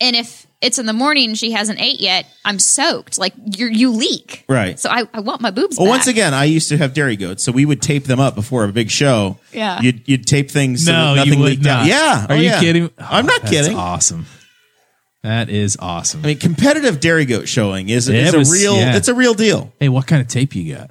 S3: And if it's in the morning, she hasn't ate yet. I'm soaked. Like you, you leak.
S1: Right.
S3: So I, I want my boobs.
S1: Well,
S3: back.
S1: once again, I used to have dairy goats, so we would tape them up before a big show.
S3: Yeah.
S1: you'd, you'd tape things. so
S2: No,
S1: that nothing
S2: you would
S1: leaked
S2: not.
S1: out. Yeah,
S2: Are
S1: Oh,
S2: you
S1: yeah.
S2: kidding?
S1: I'm
S2: Oh,
S1: not
S2: that's
S1: kidding.
S2: Awesome. That is awesome.
S1: I mean, competitive dairy goat showing is, is
S2: It
S1: a
S2: was-
S1: real.
S2: yeah.
S1: It's a real deal.
S2: hey, what kind of tape you got?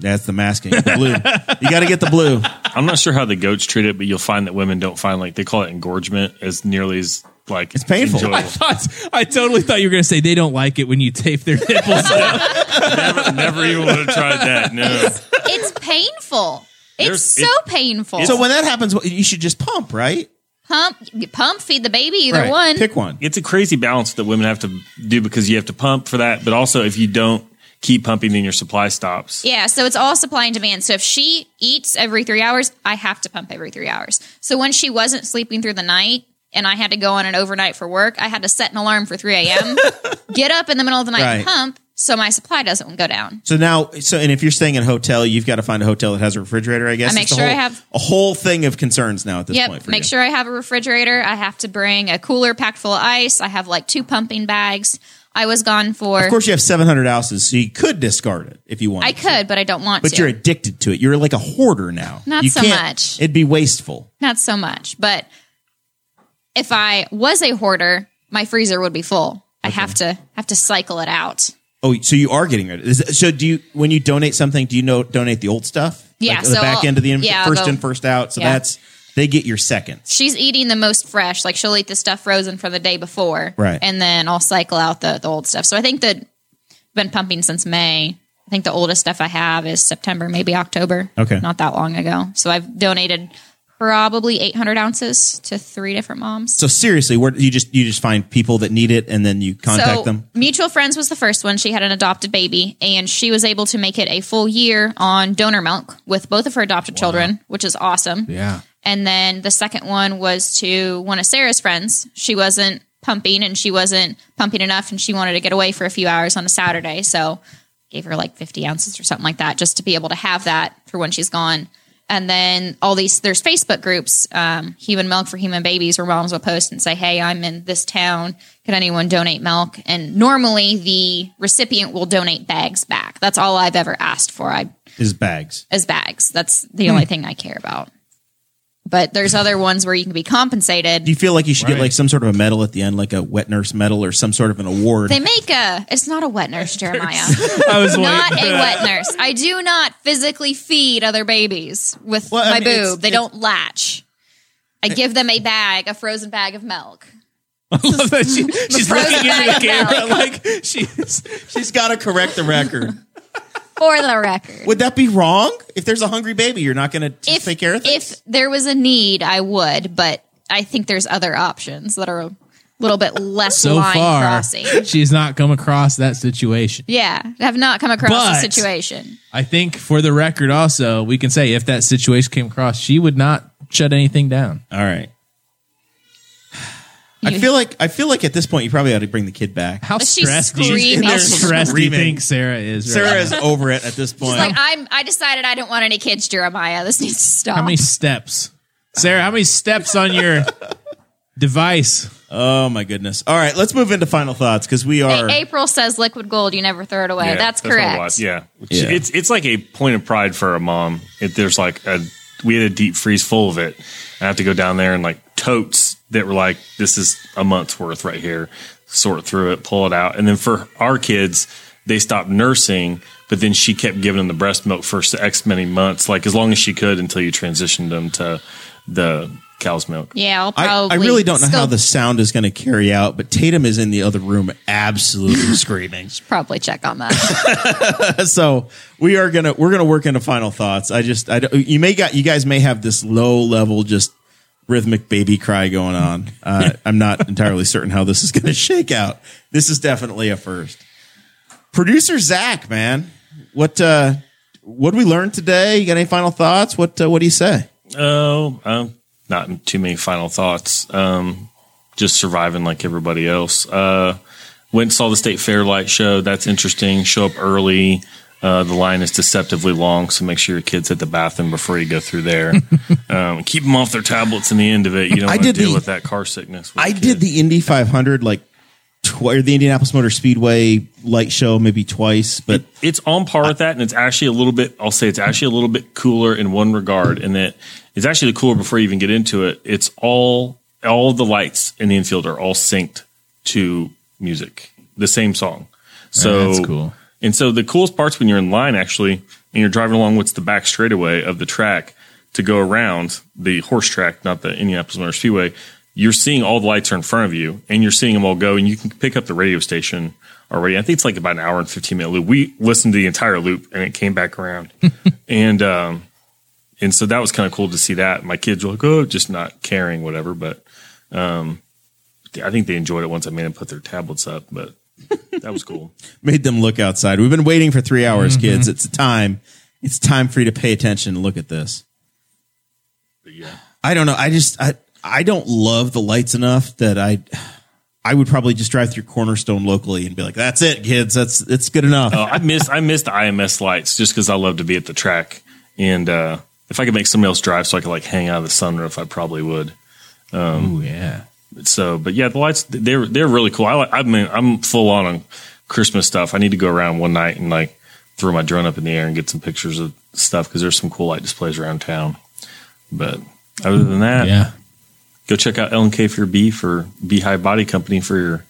S1: That's the masking. The blue. you got to get the blue.
S4: I'm not sure how the goats treat it, but you'll find that women don't find like they call it engorgement as nearly as like it's
S1: painful.
S2: I thought I totally thought you were going to say they don't like it when you tape their nipples. up.
S4: never, never even would have tried that. No,
S3: it's painful. It's
S4: There's-
S3: so
S4: it-
S3: painful.
S1: So when that happens, what- you should just pump, right?
S3: pump, you pump, feed the baby. Either
S1: Right.
S3: one.
S1: Pick one.
S4: it's a crazy balance that women have to do because you have to pump for that, but also if you don't keep pumping, then your supply stops.
S3: Yeah. So it's all supply and demand. So if she eats every three hours, I have to pump every three hours. So when she wasn't sleeping through the night. And I had to go on an overnight for work. I had to set an alarm for 3 a.m., get up in the middle of the night and
S1: Right.
S3: pump so my supply doesn't go down.
S1: So now, so and if you're staying in a hotel, you've got to find a hotel that has a refrigerator. I guess
S3: I make
S1: It's a
S3: sure I
S1: whole-
S3: have-
S1: a whole thing of concerns now at this point.
S3: Yep.
S1: For
S3: Make
S1: you.
S3: sure I have a refrigerator. I have to bring a cooler packed full of ice. I have like two pumping bags. I was gone for.
S1: Of course, you have 700 ounces, so you could discard it if you want.
S3: I could, but I don't want
S1: but
S3: to.
S1: you're addicted to it. You're like a hoarder now.
S3: Not
S1: You
S3: so
S1: can't-
S3: much.
S1: It'd be wasteful.
S3: Not so much. But if I was a hoarder, my freezer would be full. I have to have to cycle it out.
S1: Oh, so you are getting rid of it. Is- So do you when you donate something? Do you know donate the old stuff?
S3: Yeah,
S1: Like
S3: so
S1: the back
S3: I'll-
S1: end of the inv-
S3: yeah, I'll
S1: first
S3: go-
S1: in, first out. So
S3: Yeah.
S1: that's they get your seconds.
S3: She's eating the most fresh. Like she'll eat the stuff frozen from the day before.
S1: Right.
S3: And then I'll cycle out the, the old stuff. So I think that I've been pumping since May. I think the oldest stuff I have is September, maybe October.
S1: Okay.
S3: Not that long ago. So I've donated probably 800 ounces to three different moms.
S1: So seriously, where you just you just find people that need it, and then you contact
S3: so
S1: them.
S3: Mutual Friends was the first one. She had an adopted baby and she was able to make it a full year on donor milk with both of her adopted children, which is awesome.
S2: Yeah.
S3: And then the second one was to one of Sarah's friends. She wasn't pumping and she wasn't pumping enough and she wanted to get away for a few hours on a Saturday. So gave her like 50 ounces or something like that just to be able to have that for when she's gone. And then all these, there's Facebook groups, um, Human Milk for Human Babies, where moms will post and say, Hey, I'm in this town. Can anyone donate milk? And normally the recipient will donate bags back. That's all I've ever asked for. I
S1: Is bags.
S3: as bags. That's the
S1: Hmm.
S3: only thing I care about. But there's other ones where you can be
S1: Do
S3: compensated.
S1: you feel like you should get
S2: Right.
S1: like some sort of a medal at the end, like a wet nurse medal or some sort of an award?
S3: They make a. It's not a wet nurse, Jeremiah.
S2: I was
S3: not a wet nurse. I do not physically feed other babies with
S1: Well, I
S3: my
S1: mean, it's-
S3: boob. They don't latch. I give them a bag, a frozen bag of milk.
S2: love that she, she's
S3: frozen
S2: looking into the
S3: bag of
S2: camera
S3: milk.
S2: like she's.
S1: She's got to correct the record.
S3: For the record,
S1: Would that be wrong? If there's a hungry baby, you're not going to
S3: if
S1: take care of things.
S3: if there was a need, I would. But I think there's other options that are a little bit less
S2: So
S3: line
S2: far,
S3: crossing.
S2: she's not come across that situation.
S3: Yeah, I have not come across a
S2: But-
S3: situation.
S2: I think, for the record, also we can say if that situation came across, she would not shut anything down.
S1: All right. I feel like I feel like at this point you probably ought to bring the kid back.
S2: How
S3: She's
S2: stressed do you,
S3: screaming.
S2: how stressed do you
S1: Screaming.
S2: think Sarah is? right
S1: Sarah
S2: now?
S1: is over it at this point.
S3: It's like I'm. I decided I don't want any kids, Jeremiah. This needs to stop.
S2: How many steps, Sarah? How many steps on your device?
S1: Oh my goodness. All right, let's move into final thoughts because we are.
S3: A- April says liquid gold, you never throw it away.
S4: Yeah,
S3: that's
S4: what I
S3: correct.
S4: watched. yeah. Which-
S1: Yeah.
S4: it's it's like a point of pride for our mom. If there's like a we had a deep freeze full of it, and I have to go down there and like totes that were like this is a month's worth right here, sort through it, pull it out, and then for our kids, they stopped nursing. But then she kept giving them the breast milk for X many months, like as long as she could until you transitioned them to the cow's milk.
S3: Yeah, I'll
S1: I,
S3: probably.
S1: I really don't know how
S3: scope-
S1: the sound is going to carry out, but Tatum is in the other room, absolutely screaming.
S3: Probably check on that.
S1: So we are gonna we're gonna work into final thoughts. I just I don't, you may got you guys may have this low level just rhythmic baby cry going on. Uh, I'm not entirely certain how this is gonna shake out. This is definitely a first. Producer Zach, man, what uh, what we learned today? You got any final thoughts? What uh, what do you say?
S4: Oh, um, not too many final thoughts. Um, just surviving like everybody else. Uh, went and saw the state fair light show. That's interesting. Show up early. Uh, the line is deceptively long, so make sure your kids at the bathroom before you go through there. um, keep them off their tablets in the end of it. You don't
S1: I
S4: want to
S1: did
S4: deal
S1: the-
S4: with that car sickness. with
S1: I
S4: kids.
S1: did the Indy 500 like tw- or the Indianapolis Motor Speedway light show maybe twice, but
S4: it's on par with that, and it's actually a little bit. I'll say it's actually a little bit cooler in one regard, in that it's actually cooler before you even get into it. It's all all the lights in the infield are all synced to music, the same song. So
S2: that's cool.
S4: And so the coolest parts when you're in line actually, and you're driving along what's the back straightaway of the track to go around the horse track, not the Indianapolis Motor Speedway. You're seeing all the lights are in front of you, and you're seeing them all go, and you can pick up the radio station already. I think it's like about an hour and fifteen minute loop. We listened to the entire loop, and it came back around, and um, and so that was kind of cool to see that. My kids were like, "Oh, just not caring, whatever." But um, I think they enjoyed it once I made them put their tablets up, but that was cool.
S1: made them look outside. We've been waiting for three hours,
S4: Mm-hmm.
S1: kids. It's time. It's time for you to pay attention and look at this.
S4: But yeah.
S1: I don't know. I just I I don't love the lights enough that I I would probably just drive through Cornerstone locally and be like, "That's it, kids. That's it's good enough."
S4: Oh, I miss I miss the IMS lights just because I love to be at the track. And uh, if I could make somebody else drive, so I could like hang out of the sunroof, I probably would.
S2: Oh yeah.
S4: So, but yeah, the lights they're they're really cool. I like, I mean I'm full on on Christmas stuff. I need to go around one night and like throw my drone up in the air and get some pictures of stuff because there's some cool light displays around town. But other than that,
S2: Yeah.
S4: go check out LNK for your bee for Beehive Body Company for your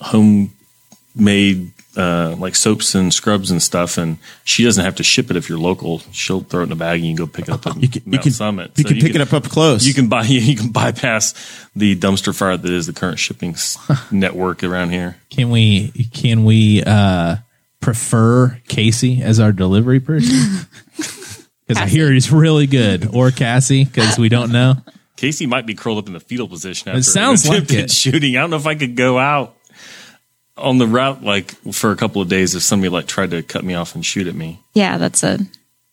S4: homemade uh, like soaps and scrubs and stuff. And she doesn't have to ship it if you're local. She'll throw it in a bag and you can go pick it up at
S1: you can, you
S4: Mount
S1: can
S4: Summit.
S1: You
S4: So
S1: can pick it up up close.
S4: You can buy you can bypass the dumpster fire that is the current shipping s- network around here.
S2: Can we can we uh prefer Casey as our delivery person? Because I hear he's really good, or Cassie, because we don't know.
S4: Casey might be curled up in the fetal position. After
S2: sounds
S4: an
S2: like
S4: attempted
S2: it.
S4: shooting. I don't know if I could go out on the route like for a couple of days if somebody like tried to cut me off and shoot at me.
S3: yeah, that's a.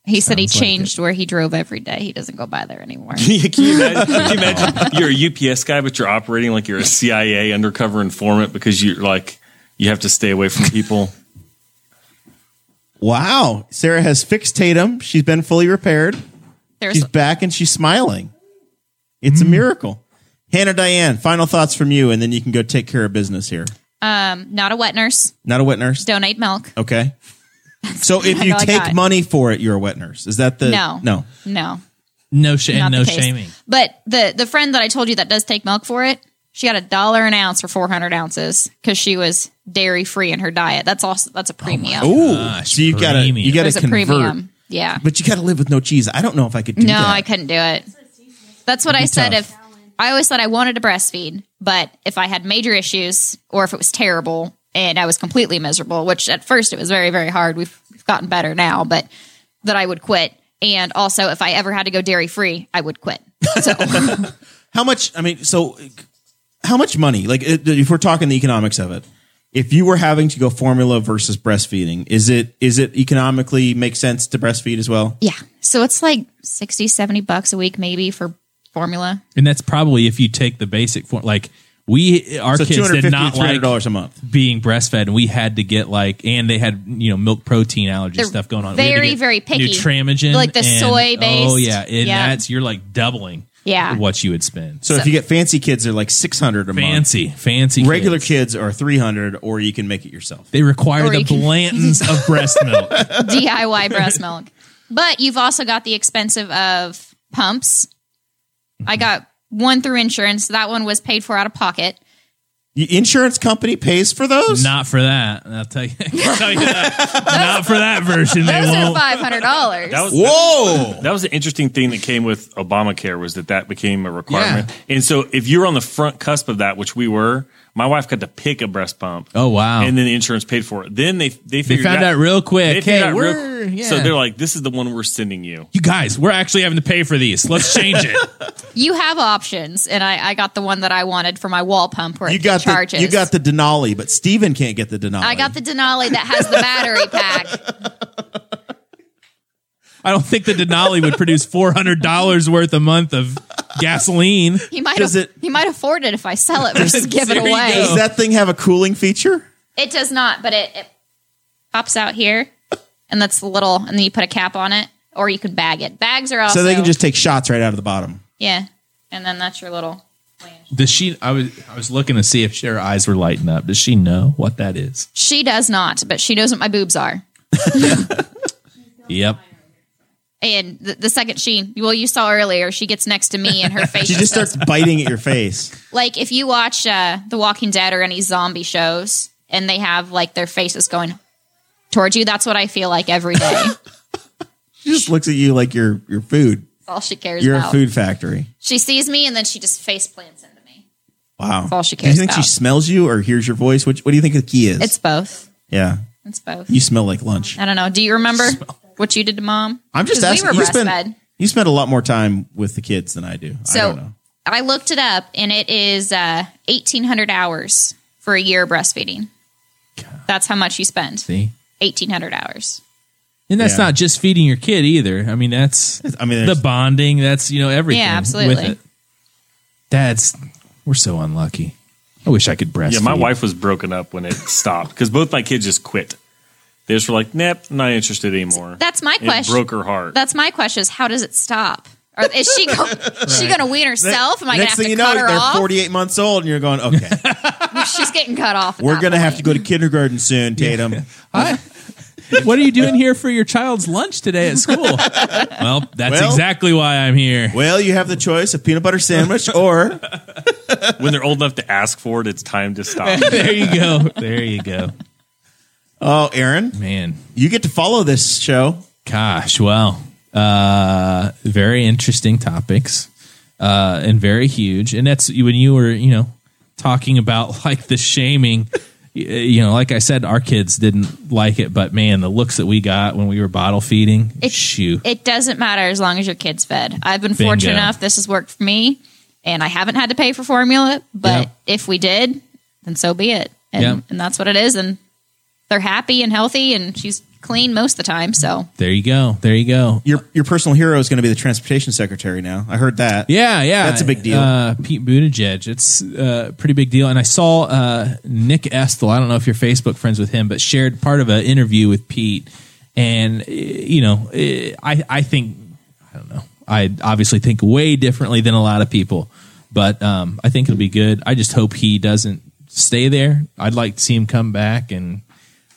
S3: He said he
S2: Sounds like
S3: changed where he drove every day. He doesn't go by there anymore.
S4: can, you imagine, can you imagine you're a UPS guy, but you're operating like you're a CIA undercover informant because you're like you have to stay away from people.
S1: wow, Sarah has fixed Tatum. She's been fully repaired.
S3: There's
S1: She's back and she's smiling. It's a
S4: Mm.
S1: miracle. Hannah Diane, final thoughts from you, and then you can go take care of business here.
S3: um, not a wet nurse.
S1: Not a wet nurse.
S3: Donate milk.
S1: Okay. So if
S3: all
S1: you
S3: I
S1: take
S3: got.
S1: money for it, you're a wet nurse. Is that the
S3: No.
S1: Uh, No.
S3: No,
S2: No shame,
S3: not
S2: no
S3: the case.
S2: shaming.
S3: But the the friend that I told you that does take milk for it, she got a dollar an ounce for four hundred ounces because she was dairy free in her diet. That's also that's a premium.
S1: Ooh,
S2: gosh,
S1: so Oh, you gotta you
S2: Ah, premium.
S1: gotta
S3: There's a
S1: convert,
S3: premium. Yeah.
S1: but you gotta live with no cheese. I don't know if I could do
S3: No,
S1: that.
S3: I couldn't do it. That's what I said.
S1: tough.
S3: If I always said I wanted to breastfeed, but if I had major issues or if it was terrible and I was completely miserable, which at first it was very, very hard. We've, we've gotten better now, but that I would quit. And also, if I ever had to go dairy free, I would quit. So
S1: How much? I mean, so how much money? Like, it- if we're talking the economics of it, if you were having to go formula versus breastfeeding, is it is it economically make sense to breastfeed as well?
S3: yeah, so it's like 60, 70 bucks a week maybe for formula.
S2: And that's probably if you take the basic form. Like we, our
S1: So two
S2: kids
S1: hundred
S2: did
S1: fifty
S2: not
S1: three hundred
S2: like
S1: dollars a month.
S2: being breastfed, and we had to get like, and they had you know milk protein allergy
S3: They're
S2: stuff going on.
S3: very, very picky.
S2: Nutramigen,
S3: Like the
S2: and-
S3: soy-based.
S2: Oh yeah, and
S3: Yeah.
S2: that's you're like doubling.
S3: Yeah.
S2: what you would spend. So
S1: So, if you get fancy kids, they're like six hundred a month.
S2: fancy, fancy.
S1: Regular
S2: kids.
S1: kids are three hundred, or you can make it yourself.
S2: They require
S3: Or
S2: the
S3: you can-
S2: Blantons of breast milk.
S3: DIY breast milk. But you've also got the expensive of pumps. I got one through insurance. That one was paid for out of pocket.
S1: Y- insurance company pays for those.
S2: Not for that. I'll tell you, I'll tell you that. Not for that version. They
S3: Those are
S2: won't.
S3: five hundred dollars.
S4: That was
S1: Whoa!
S4: That was an interesting thing that came with Obamacare was that that became a requirement. And so if you're on the front cusp of that, which we were, my wife got to pick a breast pump.
S2: Oh, wow.
S4: And then the insurance paid for it. Then they they, figured
S2: found out real quick,
S4: They figured
S2: "Hey,
S4: out real-
S2: we're- yeah."
S4: So they're like, "This is the one we're sending you."
S2: You guys, we're actually having to pay for these. Let's change it.
S3: you have options, and I, I got the one that I wanted for my wall pump where
S1: You
S3: it
S1: got the,
S3: charges.
S1: you got the Denali, but Steven can't get the Denali.
S3: I got the Denali that has the battery pack.
S2: I don't think the Denali would produce four hundred dollars worth a month of gasoline.
S3: He might
S1: Does
S3: have,
S1: it-
S3: he might afford it if I sell it versus give it
S2: There you
S3: away.
S1: Does that thing have a cooling feature?
S3: It does not, but it, it pops out here, and that's the little, and then you put a cap on it, or you could bag it. Bags are also
S1: so they can just take shots right out of the bottom.
S3: yeah, and then that's your little.
S2: Does she? I was I was looking to see if she- her eyes were lighting up. Does she know what that is?
S3: She does not, but she knows what my boobs are.
S2: Yep.
S3: And the, the second she, well, you saw earlier, she gets next to me and her face.
S1: She just
S3: just
S1: starts biting at your face.
S3: like if you watch uh, The Walking Dead or any zombie shows, and they have like their faces going towards you. That's what I feel like every day. That's
S1: She just looks at you like you're your food.
S3: all she cares
S1: You're a
S3: about.
S1: food factory.
S3: She sees me, and then she just face plants into me.
S1: Wow.
S3: all she
S1: Do
S3: cares
S1: you think she
S3: about.
S1: smells you or hears your voice? Which what do you think the key is?
S3: It's both.
S1: yeah.
S3: It's both.
S1: You smell like lunch.
S3: I don't know. Do you remember what you did to mom?
S1: I'm just
S3: 'Cause
S1: asking.
S3: We were
S1: you spend
S3: breastfed.
S1: you spend a lot more time with the kids than I do. I don't
S3: So
S1: know.
S3: I, looked it up, and it is uh, 1,800 hours for a year of breastfeeding. That's how much you spend.
S2: See,
S3: 1,800 hours.
S2: and that's
S1: Yeah.
S2: not just feeding your kid either. I mean, that's
S1: I mean,
S2: the
S1: there's-
S2: bonding. That's you know everything.
S3: Yeah, absolutely.
S2: With it. That's we're so unlucky. I wish I could breastfeed.
S4: Yeah, my wife was broken up when it stopped because both my kids just quit. They just were like, "Nope, not interested anymore."
S3: That's my
S4: It
S3: question.
S4: broke her heart.
S3: That's my question: is how does it stop? Or is she go, she going to wean herself? Am I going to
S1: Next
S3: have
S1: thing
S3: to
S1: you
S3: cut
S1: know,
S3: her
S1: they're
S3: off?
S1: 48 months old, and you're going, okay,
S3: She's getting cut off. at
S1: we're
S3: that
S1: going to have to
S3: point.
S1: go to kindergarten soon, Tatum.
S2: what are you doing here for your child's lunch today at school? well, that's
S1: Well-
S2: exactly why I'm here.
S1: well, you have the choice of peanut butter sandwich or
S4: when they're old enough to ask for it, it's time to stop.
S2: There you go. There you go.
S1: oh, Aaron,
S2: Man,
S1: you get to follow this show.
S2: gosh, well, uh, very interesting topics, uh, and very huge. And that's when you were, you know, talking about like the shaming. y- You know, like I said, our kids didn't like it, but man, the looks that we got when we were bottle feeding,
S3: It-
S2: shoo.
S3: It doesn't matter as long as your kid's fed. I've been
S2: Bingo.
S3: fortunate enough; this has worked for me, and I haven't had to pay for formula. But
S2: Yeah.
S3: if we did, then so be it. And,
S2: Yeah.
S3: and that's what it is. And they're happy and healthy, and she's clean most of the time. So
S2: there you go. There you go.
S1: Your your personal hero is going to be the transportation secretary now. I heard that.
S2: Yeah, yeah,
S1: That's a big deal.
S2: Uh, Pete Buttigieg, it's uh, a pretty big deal. And I saw uh, Nick Estel. I don't know if you're Facebook friends with him, but shared part of an interview with Pete. And eh, you know, eh, I I think I don't know. I obviously think way differently than a lot of people, but um, I think it'll be good. I just hope he doesn't stay there. I'd like to see him come back and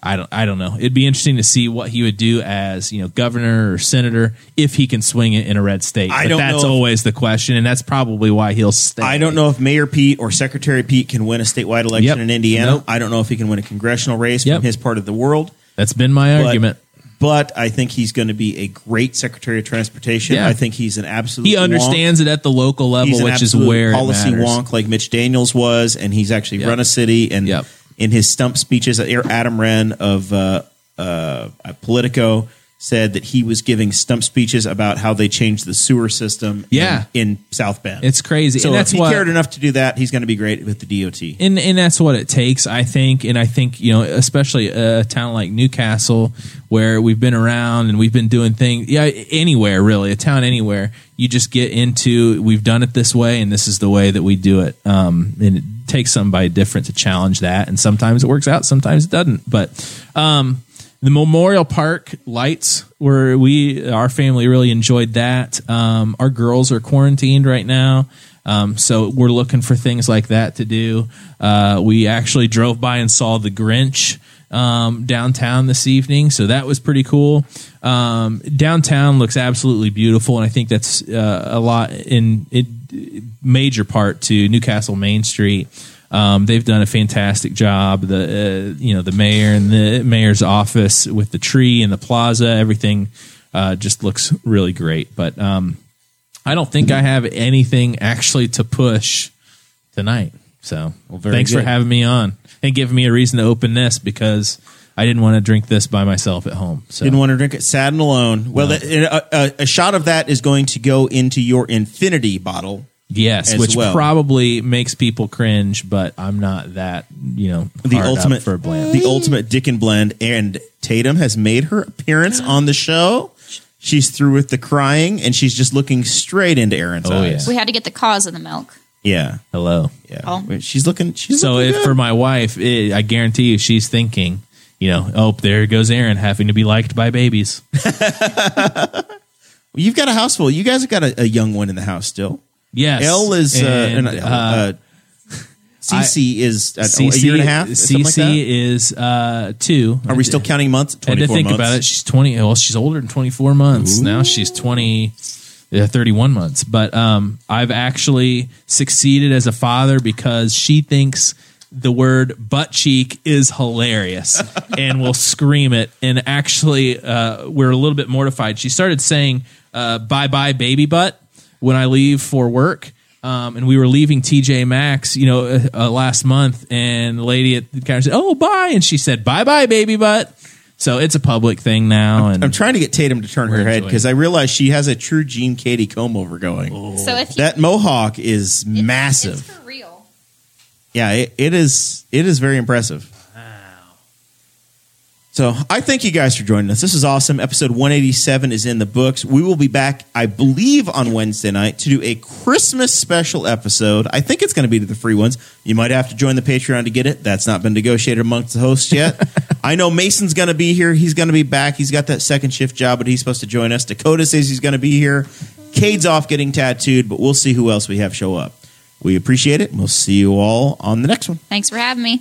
S2: I don't I don't know. It'd be interesting to see what he would do as, you know, governor or senator if he can swing it in a red state.
S1: I
S2: But
S1: don't know
S2: that's
S1: if-
S2: always the question and that's probably why he'll stay.
S1: I don't know if Mayor Pete or Secretary Pete can win a statewide election
S2: Yep.
S1: in Indiana.
S2: Nope.
S1: I don't know if he can win a congressional race
S2: Yep.
S1: from his part of the world.
S2: That's been my
S1: But-
S2: argument.
S1: But I think he's going to be a great Secretary of Transportation.
S2: Yeah.
S1: I think he's an absolute.
S2: He
S1: wonk.
S2: understands it at the local
S1: He's
S2: level,
S1: an
S2: which is
S1: absolute
S2: where
S1: policy
S2: policy it matters.
S1: wonk like Mitch Daniels was, and he's actually
S2: Yep.
S1: run a city. And
S2: Yep.
S1: in his stump speeches, uh, Adam Wren of uh, uh, Politico said that he was giving stump speeches about how they changed the sewer system.
S2: Yeah.
S1: in, in South Bend.
S2: It's crazy.
S1: So
S2: and
S1: if
S2: that's
S1: he
S2: why
S1: cared enough to do that, he's going to be great with the DOT.
S2: and and that's what it takes, I think. And I think you know, especially a town like Newcastle, where we've been around and we've been doing things. Yeah, anywhere really, a town anywhere, you just get into. We've done it this way, and this is the way that we do it. Um, and it takes somebody different to challenge that, and sometimes it works out, sometimes it doesn't. But um, the Memorial Park lights where we our family really enjoyed that. Um, our girls are quarantined right now. Um, so we're looking for things like that to do. Uh, we actually drove by and saw the Grinch um, downtown this evening, so that was pretty cool. Um, downtown looks absolutely beautiful, and I think that's uh, a lot in it, major part to Newcastle Main Street. Um, they've done a fantastic job. The uh, you know the mayor and the mayor's office with the tree and the plaza, everything uh, just looks really great. But um, I don't think I have anything actually to push tonight. So thanks for
S1: good.
S2: having me on and giving me a reason to open this because I didn't want to drink this by myself at home. So
S1: Didn't want to drink it sad and alone. Well, that, a, a, a shot of that is going to go into your infinity bottle.
S2: yes,
S1: as
S2: which
S1: well.
S2: probably makes people cringe, but I'm not that you know
S1: The
S2: hard up
S1: ultimate
S2: for a bland.
S1: the ultimate Dickin blend. And Tatum has made her appearance on the show. She's through with the crying, and she's just looking straight into Aaron's
S2: Oh,
S1: eyes.
S3: We had to get the cause of the milk.
S1: Yeah,
S2: Hello.
S1: yeah.
S3: Oh.
S1: She's looking. She's
S2: So
S1: looking
S2: if
S1: good.
S2: for my wife, it, I guarantee you, she's thinking, you know, oh, there goes Aaron having to be liked by babies.
S1: you've got a house full. You guys have got a, a young one in the house still.
S2: Yes,
S1: L is
S2: And,
S1: uh, not L, uh, CC is uh,
S2: CC,
S1: a year and a half. something
S2: CC
S1: like that?
S2: is uh, two.
S1: Are we still counting months?
S2: I had
S1: Twenty
S2: to
S1: four
S2: think
S1: months.
S2: about it. She's twenty. Well, she's older than twenty four months now. She's twenty. Yeah, 31 months. But um, I've actually succeeded as a father because she thinks the word butt cheek is hilarious and will scream it. And actually, uh, we're a little bit mortified. She started saying, uh, bye bye, baby butt, when I leave for work. Um, and we were leaving TJ Maxx, you know, uh, uh, last month, and the lady at the counter said, "Oh, bye," and she said, "Bye, bye, baby butt." So it's a public thing now, and
S1: I'm trying to get Tatum to turn her head
S2: enjoying Oh.
S1: because I realize she has a true Gene Katie comb over going.
S3: So if you,
S1: That mohawk is
S3: it's-
S1: massive.
S3: it's for real.
S1: yeah, it, it is. It is very impressive. So I thank you guys for joining us. This is awesome. Episode 187 is in the books. We will be back, I believe, on Wednesday night to do a Christmas special episode. I think it's going to be to the free ones. You might have to join the Patreon to get it. That's not been negotiated amongst the hosts yet. I know Mason's going to be here. He's going to be back. He's got that second shift job, but he's supposed to join us. Dakota says he's going to be here. Cade's off getting tattooed, but we'll see who else we have show up. We appreciate it. and We'll see you all on the next one.
S3: Thanks for having me.